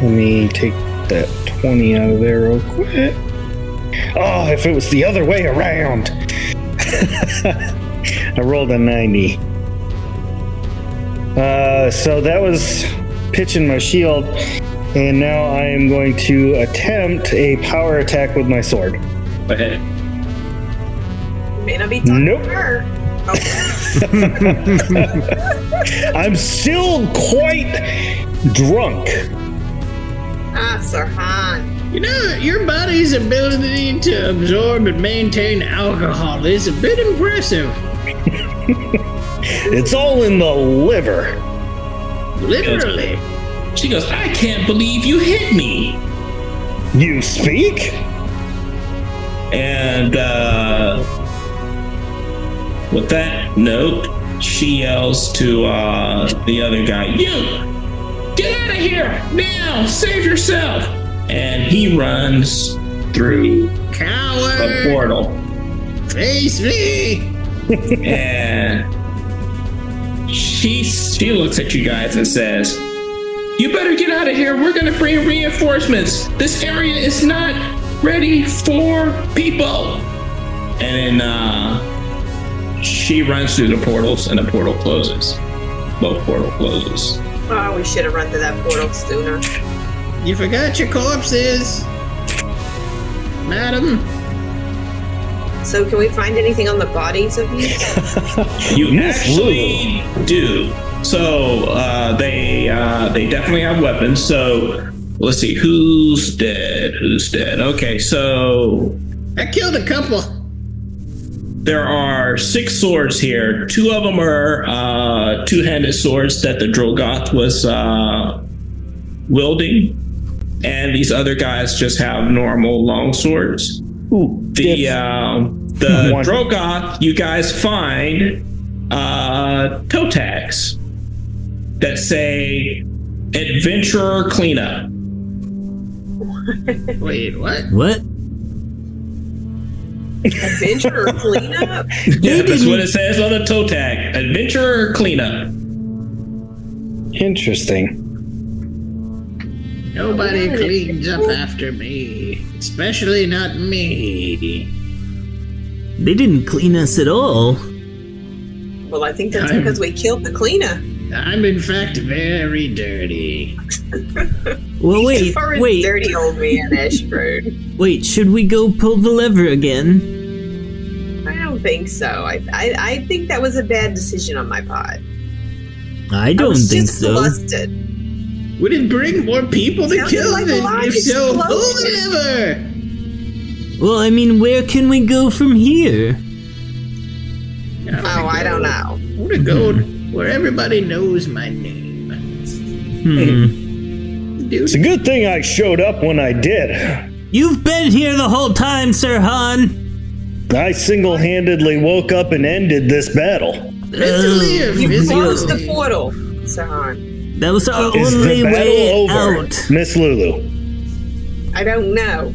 Let me take that 20 out of there real quick. Oh, if it was the other way around. <laughs> I rolled a 90. Uh, so that was pitching my shield. And now I am going to attempt a power attack with my sword. Go ahead. You may not be talking Nope. to her. Oh, I'm still quite drunk. ah, Sirhan. You know, your body's ability to absorb and maintain alcohol is a bit impressive. It's all in the liver. Literally. She goes, I can't believe you hit me. You speak? And uh, with that note, she yells to uh, the other guy, You! Get out of here! Now! Save yourself! And he runs through a Coward! portal. Face me! And she, she looks at you guys and says, You better get out of here. We're going to bring reinforcements. This area is not ready for people. And then uh, she runs through the portals, and the portal closes. Both portal closes. Oh, we should have run to that portal sooner. You forgot your corpses! Madam, So, can we find anything on the bodies of you? You Yes, actually do. So uh, they uh, they definitely have weapons. So let's see who's dead. Who's dead? Okay, so I killed a couple. there are six swords here. Two of them are uh, two-handed swords that the Drogoth was uh, wielding, and these other guys just have normal long swords. Ooh, The that's- um, <laughs> the One. Drogoth you guys find uh, toe tags that say "Adventurer <laughs> Cleanup." Wait, what? What? Adventure or cleanup? Yeah, that's what it says on the toe tag. Adventurer Cleanup. Interesting. Nobody cleans up after me. Especially not me. They didn't clean us at all. Well, I think that's I'm- because we killed the cleaner. I'm, in fact, very dirty. Well, wait, <laughs> Or a wait, dirty old man, <laughs> Ashford. wait. Should we go pull the lever again? I don't think so. I, I, I think that was a bad decision on my part. I I don't was think just so. flustered. Would it bring more people to Sounded kill like a them? live If so, pull explosion. the lever! Well, I mean, where can we go from here? Oh, I don't I know. want to go where everybody knows my name. Hmm. It's a good thing I showed up when I did. You've been here the whole time, Sir Han. I single handedly woke up and ended this battle. Mentally or you Close the physically? portal, Sahan. That was our Is only the way battle over? out. <laughs> Miss Lulu, I don't know.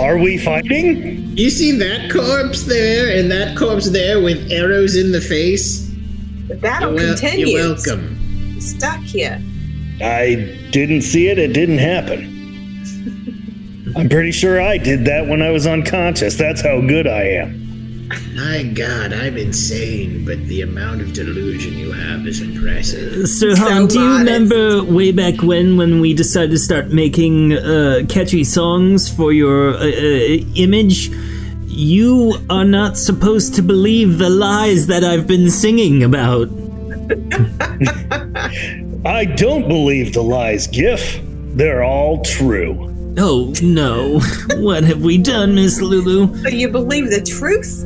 are we fighting? You see that corpse there and that corpse there with arrows in the face? The battle You're, wel- continues. you're welcome. Stuck here. I didn't see it, it didn't happen. I'm pretty sure I did that when I was unconscious. That's how good I am. My God, I'm insane, but the amount of delusion you have is impressive. Sir Han, do you modest. remember way back when when we decided to start making uh, catchy songs for your uh, uh, image? You are not supposed to believe the lies that I've been singing about. I don't believe the lies, Gif. They're all true. Oh <laughs> no! what have we done, Miss Lulu? So you believe the truth?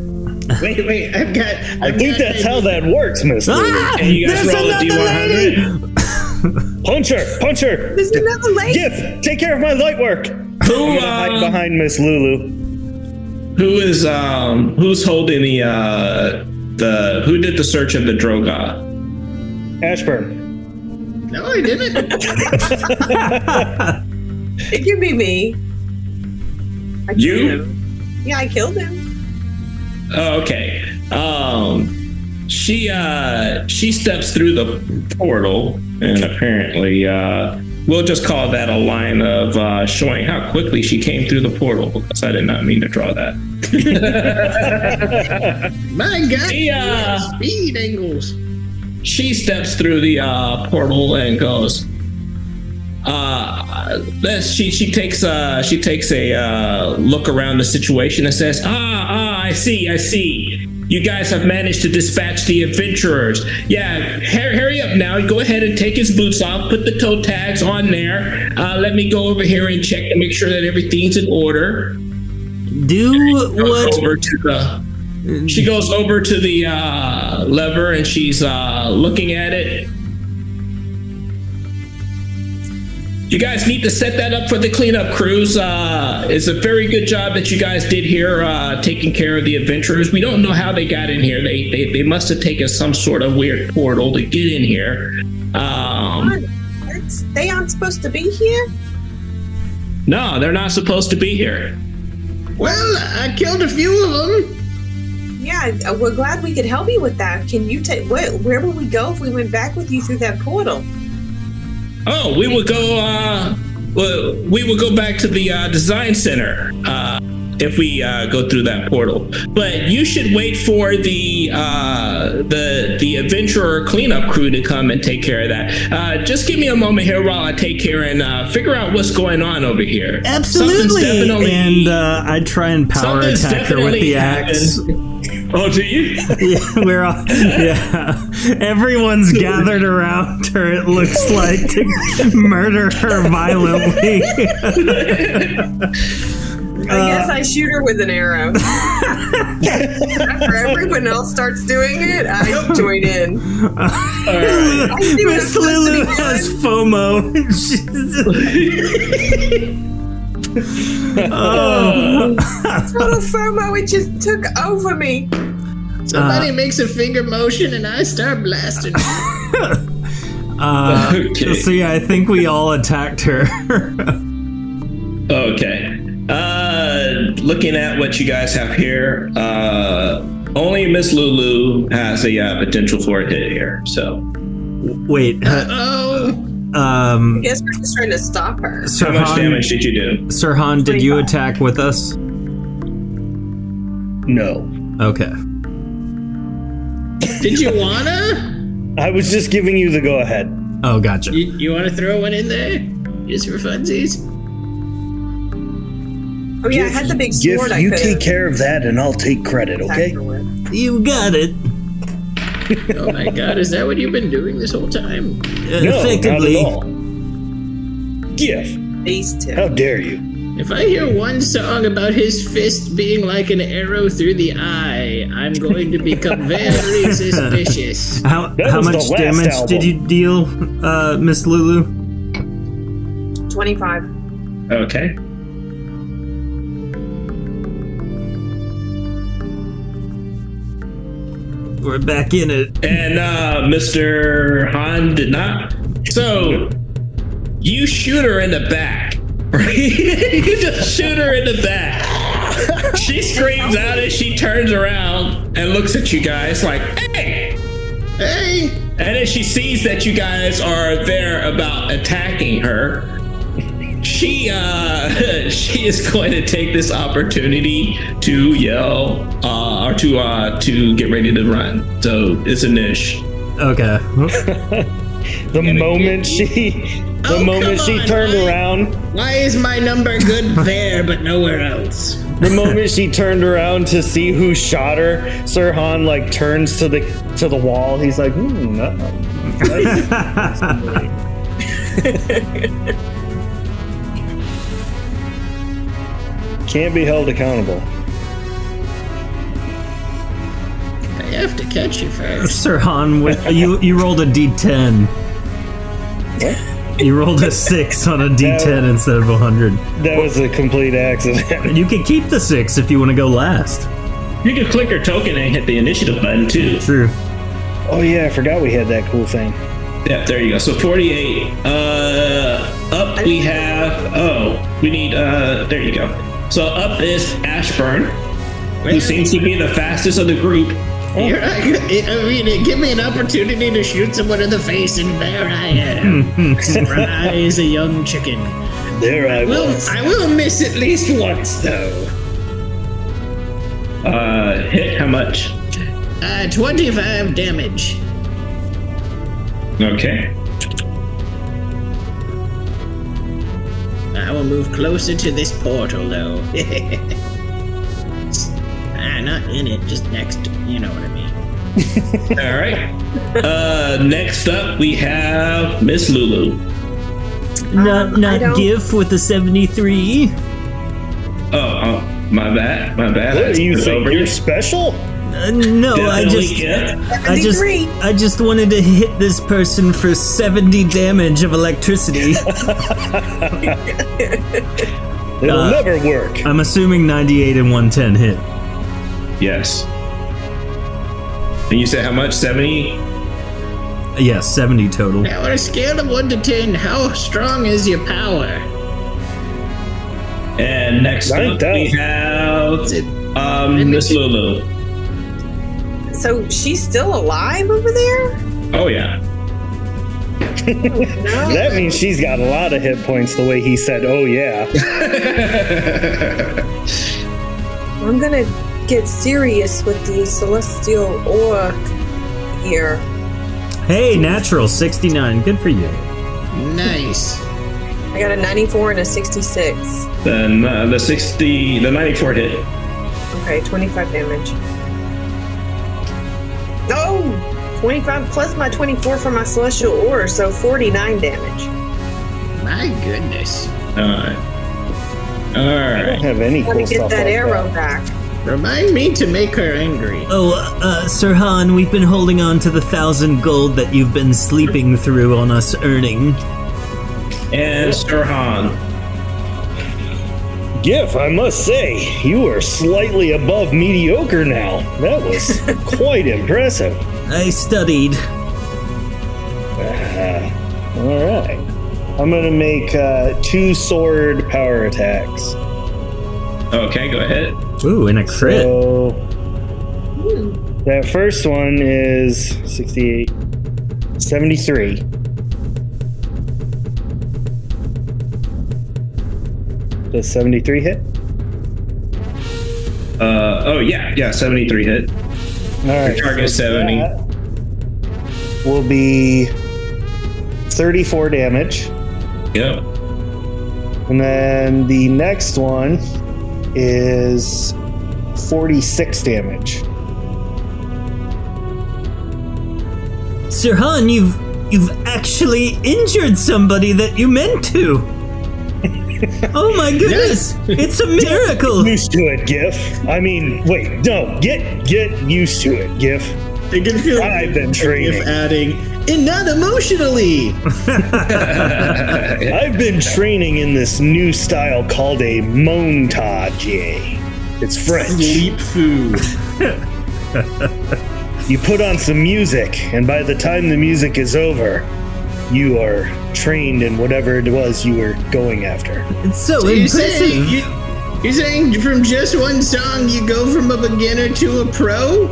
Wait, wait, I've got. I I've got think that's how that works, Miss Lulu. Ah! you guys There's roll a another lady! D100. Punch her! Punch her! There's another lady. Gif, take care of my light work! Who, Hide um, behind Miss Lulu. who is um who's holding the uh the who did the search of the droga? Ashburn. No, I didn't. It could be me. I killed You? him. Yeah, I killed him. Oh, okay. Um she uh she steps through the portal and apparently uh we'll just call that a line of uh showing how quickly she came through the portal because I did not mean to draw that. My God, She, uh, speed angles. she steps through the uh, portal and goes. Uh, this she she takes uh she takes a uh, look around the situation and says, Ah, ah, I see, I see. You guys have managed to dispatch the adventurers. Yeah, har- hurry up now. Go ahead and take his boots off. Put the toe tags on there. Uh, let me go over here and check to make sure that everything's in order. Do Goes what? Over to the, she goes over to the uh, lever and she's uh, looking at it. You guys need to set that up for the cleanup crews. Uh, it's a very good job that you guys did here, uh, taking care of the adventurers. We don't know how they got in here. They they, they must have taken some sort of weird portal to get in here. Um, That's, they aren't supposed to be here. no, they're not supposed to be here. Well, I killed a few of them. Yeah, uh, we're glad we could help you with that. Can you take where, where would we go if we went back with you through that portal? Oh, we would go. Uh, well, we would go back to the uh, design center uh, if we uh, go through that portal. But you should wait for the uh, the the adventurer cleanup crew to come and take care of that. Uh, just give me a moment here while I take care and uh, figure out what's going on over here. Something's Absolutely. definitely- And uh, I try and power Something's attack her with definitely the axe. Oh, do you? <laughs> Yeah, we're all, yeah. <laughs> Everyone's gathered around her. It looks like to murder her <laughs> violently. Uh, I guess I shoot her with an <laughs> arrow. After everyone else starts doing it, I join in. I see what I'm supposed Miss to Lulu be has doing. FOMO. She's- oh, Total FOMO, it just took over me. Somebody makes a finger motion and I start blasting. <laughs> uh, Okay. <laughs> so yeah, I think we all attacked her. <laughs> Okay. Uh, looking at what you guys have here, uh, only Miss Lulu has a uh, potential for a hit here. So, Wait, uh, oh, um, Guess we're just trying to stop her. Sir how much Uh-huh. Han, damage did you do? Sir Han, did you 25. attack with us? No. Okay. did you wanna? I was just giving you the go ahead. Oh, gotcha. You, you wanna throw one in there? Just for funsies? Oh yeah, I had the big sword. Gif, I you could've take care of that and I'll take credit, attacked okay? her with. You got it. Oh my God, is that what you've been doing this whole time? Uh, No, not effectively. at all. Gif, These two. how dare you? If I hear one song about his fist being like an arrow through the eye, I'm going to become very suspicious. How, That how was the much last damage album. did you deal, uh, Miss Lulu? Oh. Twenty-five. Okay. We're back in it. And uh, Mr. Han did not. So, you shoot her in the back. <laughs> Right? you just shoot her in the back. She screams out as she turns around and looks at you guys like, hey! Hey, And then she sees that you guys are there about attacking her. She uh, <laughs> she is going to take this opportunity to yell uh, or to uh, to get ready to run. So it's a niche. Okay. The moment she, <laughs> the Oh, moment come she on, turned man. around, Why is my number good there but nowhere else? the moment she turned around to see who shot her, Sir Han like turns to the to the wall. He's like, hmm, uh-oh. can't be held accountable. I have to catch you first. Sir Han, <laughs> with, you you rolled a d10. You rolled a six on a d10 instead of a hundred. That was a complete accident. <laughs> You can keep the six if you want to go last. You can click her token and hit the initiative button too. True. Oh yeah, I forgot we had that cool thing. Yep, there you go. So 48. Uh, up we have. Oh, we need. Uh, there you go. So up is Ashburn, who seems to be the fastest of the group. You're, <laughs> I mean, give me an opportunity to shoot someone in the face, and there I <laughs> am. Surprise, a young chicken. There I Well, was. I will miss at least once, though. Uh, hit how much? Uh, 25 damage. Okay. I will move closer to this portal, though. <laughs> ah, not in it, just next. to- You know what I mean. All <laughs> right. Uh, next up we have Miss Lulu. Not Um, I not don't- GIF with the seventy three. Oh, oh my bad. My bad. I What do you screwed think? over You're Oh, you. special? Uh, no, I Definitely just hit. I just 73. I just wanted to hit this person for seventy damage of electricity. It'll Uh, never work. <laughs> I'm assuming 98 and 110 hit. Yes. And you said how much? 70? Yes, 70 total. Now, on a scale of 1 to 10, how strong is your power? And next Right, up that- we have um, Miss Lulu. So she's still alive over there? Oh yeah. That means she's got a lot of hit points the way he said, oh yeah. I'm gonna get serious with the celestial orc here. Hey, natural 69. Good for you. Nice. I got a 94 and a 66. Then uh, the 60, the 94 hit. Okay, 25 damage. Oh! 25 plus my 24 for my celestial orb, so 49 damage. My goodness. All right. All I right. don't have any Gotta cool get stuff that like arrow that. back. Remind me to make her angry. Oh, uh, uh, Sir Han, we've been holding on to the thousand gold that you've been sleeping through on us earning. And Sir Han. Gif, I must say, you are slightly above mediocre now. That <laughs> was quite impressive. I studied. All right. I'm going to make uh, two sword power attacks. Okay, go ahead. Ooh, and a crit. So that first one is 68, 73. Does 73 hit? Uh, oh yeah, yeah, 73 hit. All right. target is 70. that Will be 34 damage. Yep. <laughs> And then the next one is 46 damage. Sir Han, you've you've actually injured somebody that you meant to. <laughs> oh my goodness! It's a miracle. Used to it, GIF. I mean, wait, no, get get used to it, GIF. It can feel I've been training. if adding, and not emotionally. I've been training in this new style called a montage. It's French. Sleep food. You put on some music, and by the time the music is over, you are trained in whatever it was you were going after. <laughs> It's so You impressive. saying you, you're saying from just one song you go from a beginner to a pro?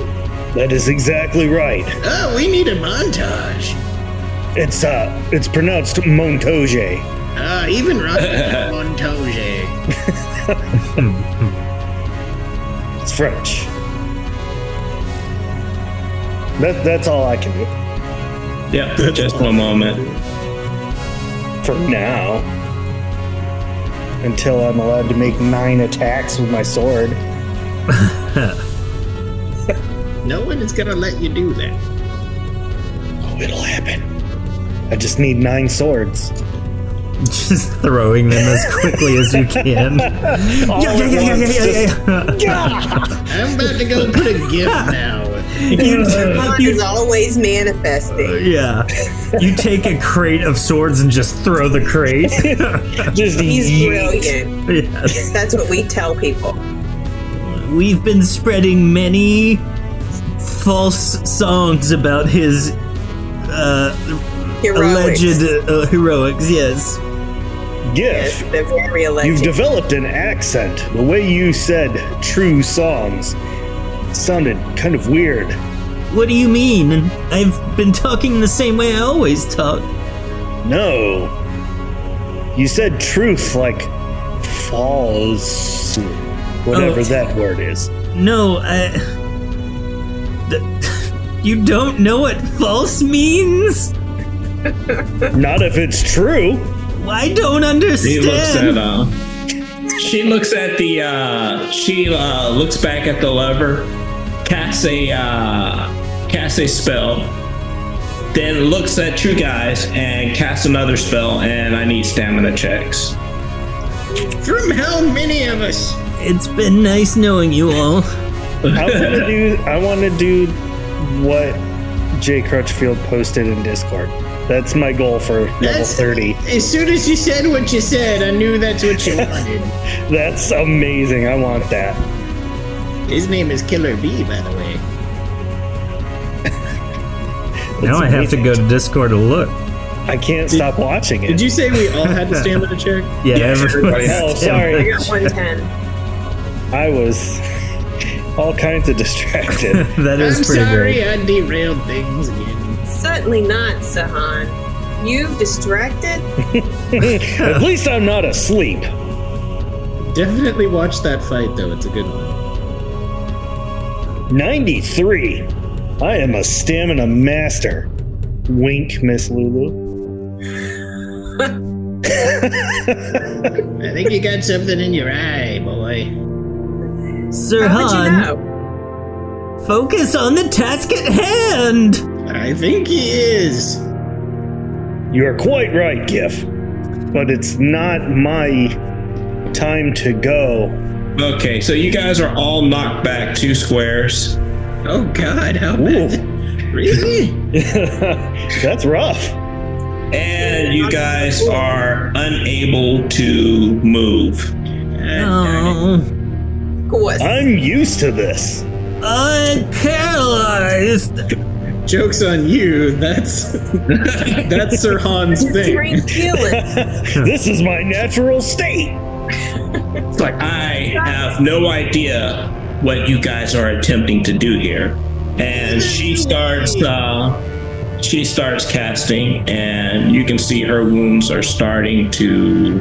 That is exactly right. Oh, we need a montage. It's uh, it's pronounced montage. Uh, even Russian one toes egg. It's French. That, that's all I can do Yep, just one moment. for now. Until I'm allowed to make nine attacks with my sword. No one is gonna let you do that. Oh, it'll happen. I just need nine swords. <laughs> Just throwing them as quickly as you can. yeah, yeah, yeah, yeah, yeah, yeah, yeah. I'm about to go put a gift <laughs> now. One is always manifesting. Yeah. You take a crate of swords and just throw the crate. Just He's yeet. brilliant. <laughs> yes. That's what we tell people. We've been spreading many false songs about his uh, Heroics. alleged uh, heroics. Yes. Yes, Gif. they're very alleged. You've developed an accent. The way you said true songs sounded kind of weird. What do you mean? I've been talking the same way I always talk. No. You said truth like false. Whatever Oh. that word is. No, I. <laughs> The, <laughs> you don't know what false means? Not if it's true. I don't He looks at understand. uh, she looks at the uh, she uh, looks back at the lever, casts a uh, casts a spell, then looks at you guys and casts another spell. And I need stamina checks. From how many of us? It's been nice knowing you all. I <laughs> want to do. I want to do what Jay Crutchfield posted in Discord. That's my goal for level That's- thirty. As soon as you said what you said, I knew that's what you wanted. That's amazing. I want that. His name is Killer B, by the way. Now I have to go to Discord to look. I can't stop watching Did it. you say we all had to stamina check? Yeah, everybody everybody's Oh, <laughs> I sorry. got 110. I was <laughs> all kinds of distracted. <laughs> That is I'm pretty sorry great. I derailed things again. Certainly not, Sahan. You've distracted? At least I'm not asleep. Definitely watch that fight, though. It's a good one. Ninety-three. I am a stamina master. Wink, Miss Lulu. I think you got something in your eye, boy. Sir How would Han, you know? focus on the task at hand! I think he is. You are quite right, Gif. But it's not my time to go. <laughs> Okay, so you guys are all knocked back two squares. Oh, God. How <laughs> Ooh. <laughs> bad? Really? That's rough. And you guys are unable to move. Uh, Oh, Of course. I'm used <laughs> to this. I'm paralyzed! Joke's on you. That's that's Sir Han's thing. <laughs> Drink healing. this is my natural state. It's like I have no idea what you guys are attempting to do here. And she starts uh she starts casting and you can see her wounds are starting to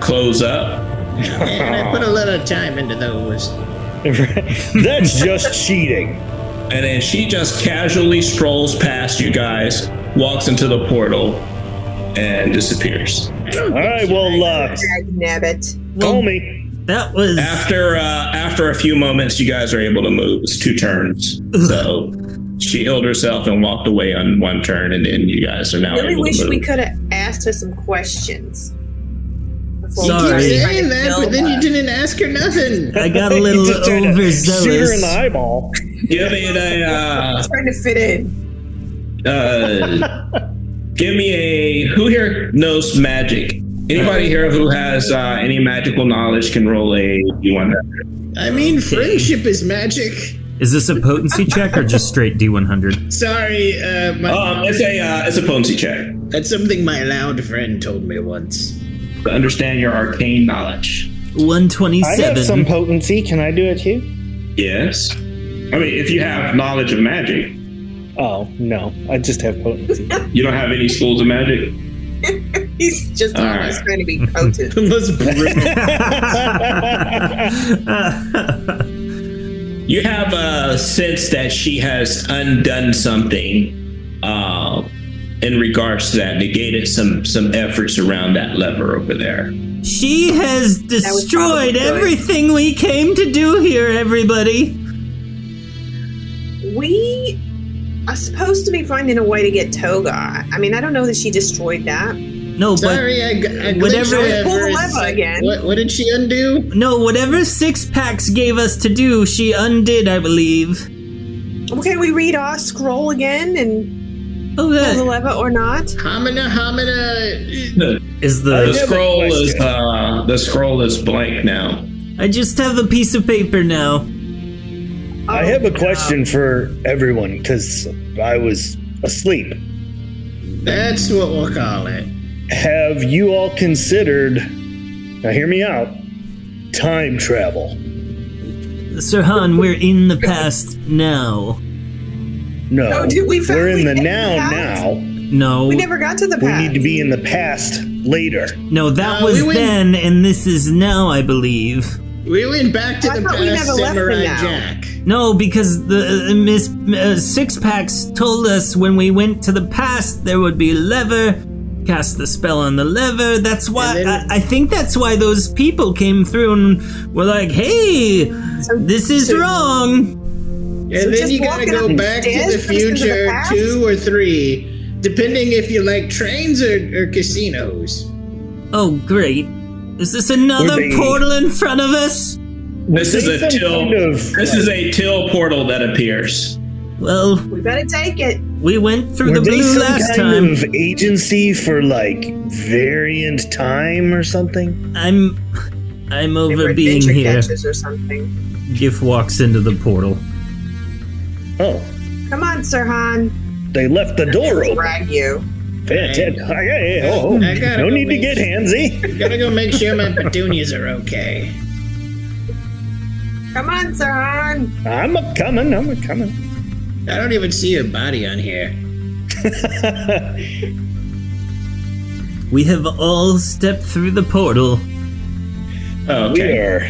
close up. And I put a lot of time into those. That's just cheating. And then she just casually strolls past you guys, walks into the portal, and disappears. All right, well, uh, Nabbit. call me. That was. After uh, after a few moments, you guys are able to move. It's two turns, so she healed herself and walked away on one turn, and then you guys are now Really able wish to move. we could have asked her some questions. before we Sorry. started You're trying to saying that, build but then you up. didn't ask her nothing. I got a You little just tried to Shoot her in overzealous. the eyeball. Give me a <laughs> uh, Trying to fit in. uh, give me a who here knows magic. Uh-huh. Anybody here who has uh, any magical knowledge can roll a d100. I mean, friendship is magic. Is this a potency check or just straight D100? Sorry, uh, my, Um, it's a uh, it's a potency check that's something my loud friend told me once. to understand your arcane knowledge. I have 127. some potency. Can I do it too? Yes, I mean if you have knowledge of magic, Oh, no. I just have potency. <laughs> you don't have any schools of magic. He's just All always right. trying to be coated. <laughs> Let's bring Uh, You have a sense that she has undone something uh, in regards to that, negated some some efforts around that lever over there. She has was probably destroyed good. everything we came to do here, everybody. We are supposed to be finding a way to get Toga. I mean, I don't know that she destroyed that. No, but Sorry, I, g- I glitched Whatever- there Pull for the a lever sec. again. What, what did she undo? no, whatever six packs gave us to do, she undid, I believe. Well, can we read our scroll again and Oh, pull the that lever or not? Hamina, Hamina. is The the. scroll is uh, the scroll is blank now. I just have a piece of paper now. I have a question for everyone because I was asleep. That's what we'll call it. Have you all considered, now hear me out, time travel? Sir Han, we're in the past now. No. Oh, dude, we found- We're in we the didn't now have- now. No. We never got to the We past. need to be in the past later. No, that No, was we went- then, and this is now, I believe. We went back to I the thought we never past left for Samurai now. Jack. No, because the uh, Miss uh, Six Packs told us when we went to the past there would be a lever. Cast the spell on the lever. That's why And then- I, I think that's why those people came through and were like, "Hey, So- this is so- wrong." And So then just you gotta walking go up back to stairs the versus the future, past? two or three, depending if you like trains or, or casinos. Oh, great! Is this another Would they- portal in front of us? This is they a some till. kind of- This is a till portal that appears. Well, we better take it. we went through Were the they blue some last kind time. of agency for like variant time or something? I'm, I'm They were over being adventure here. catchers or something. Gif walks into the portal. Oh, Come on, Sirhan. they left the door open. Drag you. Fantastic. Hey, hey, oh, I gotta no go need to make- get handsy. Gotta go make sure <laughs> my petunias are okay. Come on, Sirhan. I'm a coming. I'm a coming. <laughs> I don't even see your body on here. We have all stepped through the portal. We Okay. are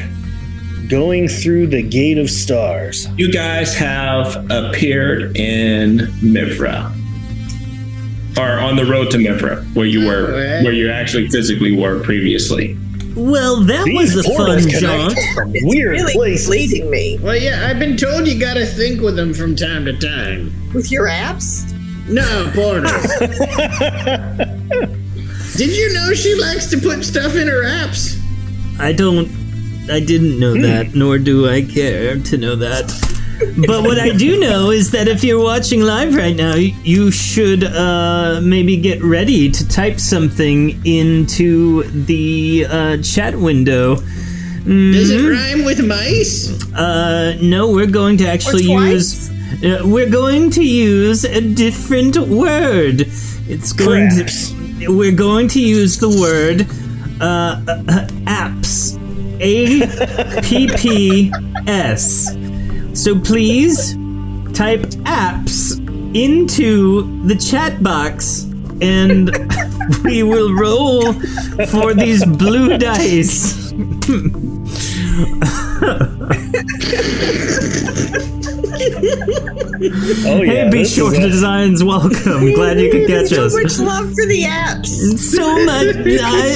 going through the gate of stars. You guys have appeared in Mivra. Or on the road to Mivra, where you were, Alright. where you actually physically were previously. Well, that These was a fun portals jaunt. connect from weird Really places. leading me Well, yeah, I've been told you gotta think with them from time to time. with your apps. No, portals. Did you know she likes to put stuff in her apps? I don't. I didn't know Hmm. that, nor do I care to know that. But what I <laughs> do know is that if you're watching live right now, you should uh, maybe get ready to type something into the uh, chat window. Does it Mm-hmm. rhyme with mice? Uh, no, we're going to actually twice? use. Uh, we're going to use a different word. It's going Craps. to. We're going to use the word uh, uh, apps. A P P S. So please type apps into the chat box and <laughs> we will roll for these blue dice. Oh yeah. Hey, Be this Sure is a- Designs, welcome. Glad you could <laughs> catch So us. much love for the apps. So much. I,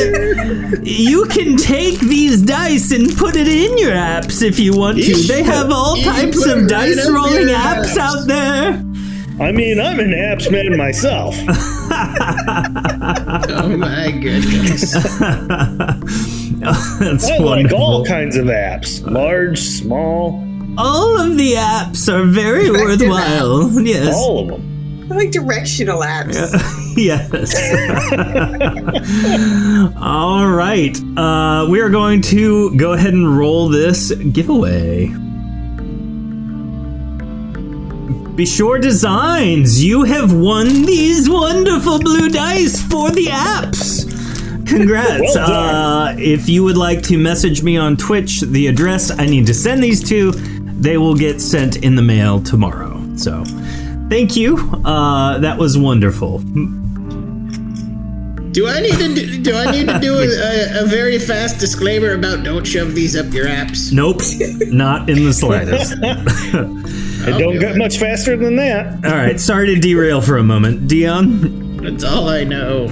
you can take these dice and put it in your apps if you want to. They have all You types put it of right dice up rolling your apps apps. out there. I mean, I'm an apps <laughs> man myself. <laughs> Oh my goodness. That's I like wonderful. all kinds of apps, large, small, All of the apps are <laughs> very Effective worthwhile. Yes. all of them. I like directional apps. <laughs> yes. all right. Uh, we are going to go ahead and roll this giveaway. Be sure designs. You have won these wonderful blue dice for the apps. Congrats. Well uh, if you would like to message me on Twitch, the address I need to send these to, they will get sent in the mail tomorrow. So, thank you. Uh, that was wonderful. Do I need to do, do I need to do a, a, a very fast disclaimer about don't shove these up your apps? Nope, not in the slightest. It don't get much faster than that. All right, sorry to derail for a moment, Dion. That's all I know.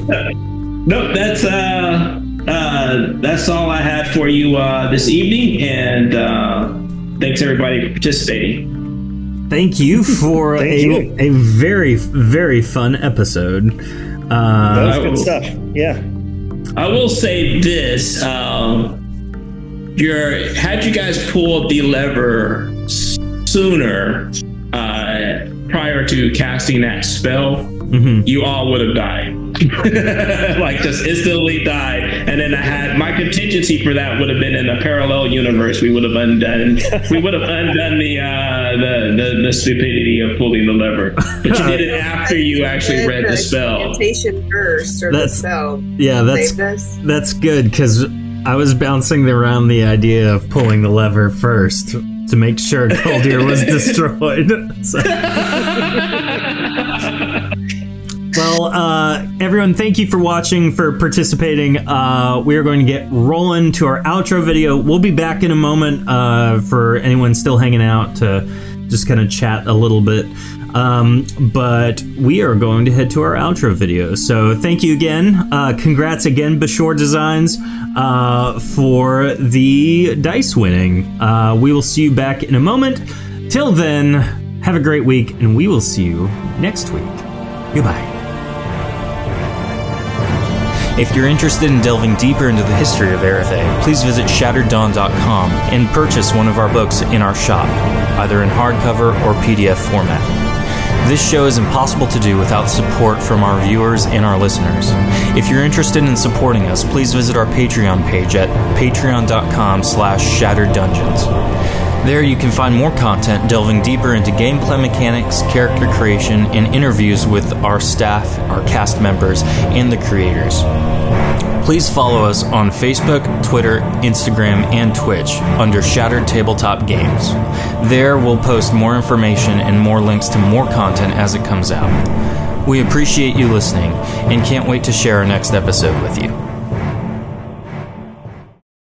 Nope, that's uh, uh, that's all I had for you uh, this evening, and uh, thanks everybody for participating. Thank <laughs> you for a, Thank you. a very very fun episode. That Uh, was Oh. good stuff. Yeah. I will say this: um, your had you guys pulled the lever s- sooner uh, prior to casting that spell, mhm. you all would have died. <laughs> like just instantly died. And then I had my contingency for that would have been in a parallel universe. We would have undone we would have undone the uh the, the, the stupidity of pulling the lever. But you did it after you actually read the spell. Incantation first, or That's- the spell Yeah, that's saved us. That's good because I was bouncing around the idea of pulling the lever first to make sure Coldir <laughs> was destroyed. So- well, uh, everyone, thank you for watching, for participating. Uh, we are going to get rolling to our outro video. We'll be back in a moment uh, for anyone still hanging out to just kind of chat a little bit. Um, but we are going to head to our outro video. So thank you again. Uh, congrats again, Bashore Designs, uh, for the dice winning. Uh, we will see you back in a moment. Till then, have a great week, and we will see you next week. Goodbye. If you're interested in delving deeper into the history of Erethe, please visit shattereddawn.com and purchase one of our books in our shop, either in hardcover or PDF format. This show is impossible to do without support from our viewers and our listeners. If you're interested in supporting us, please visit our Patreon page at patreon.com slash shattered dungeons. There you can find more content delving deeper into gameplay mechanics, character creation, and interviews with our staff, our cast members, and the creators. Please follow us on Facebook, Twitter, Instagram, and Twitch under Shattered Tabletop Games. There we'll post more information and more links to more content as it comes out. We appreciate you listening and can't wait to share our next episode with you.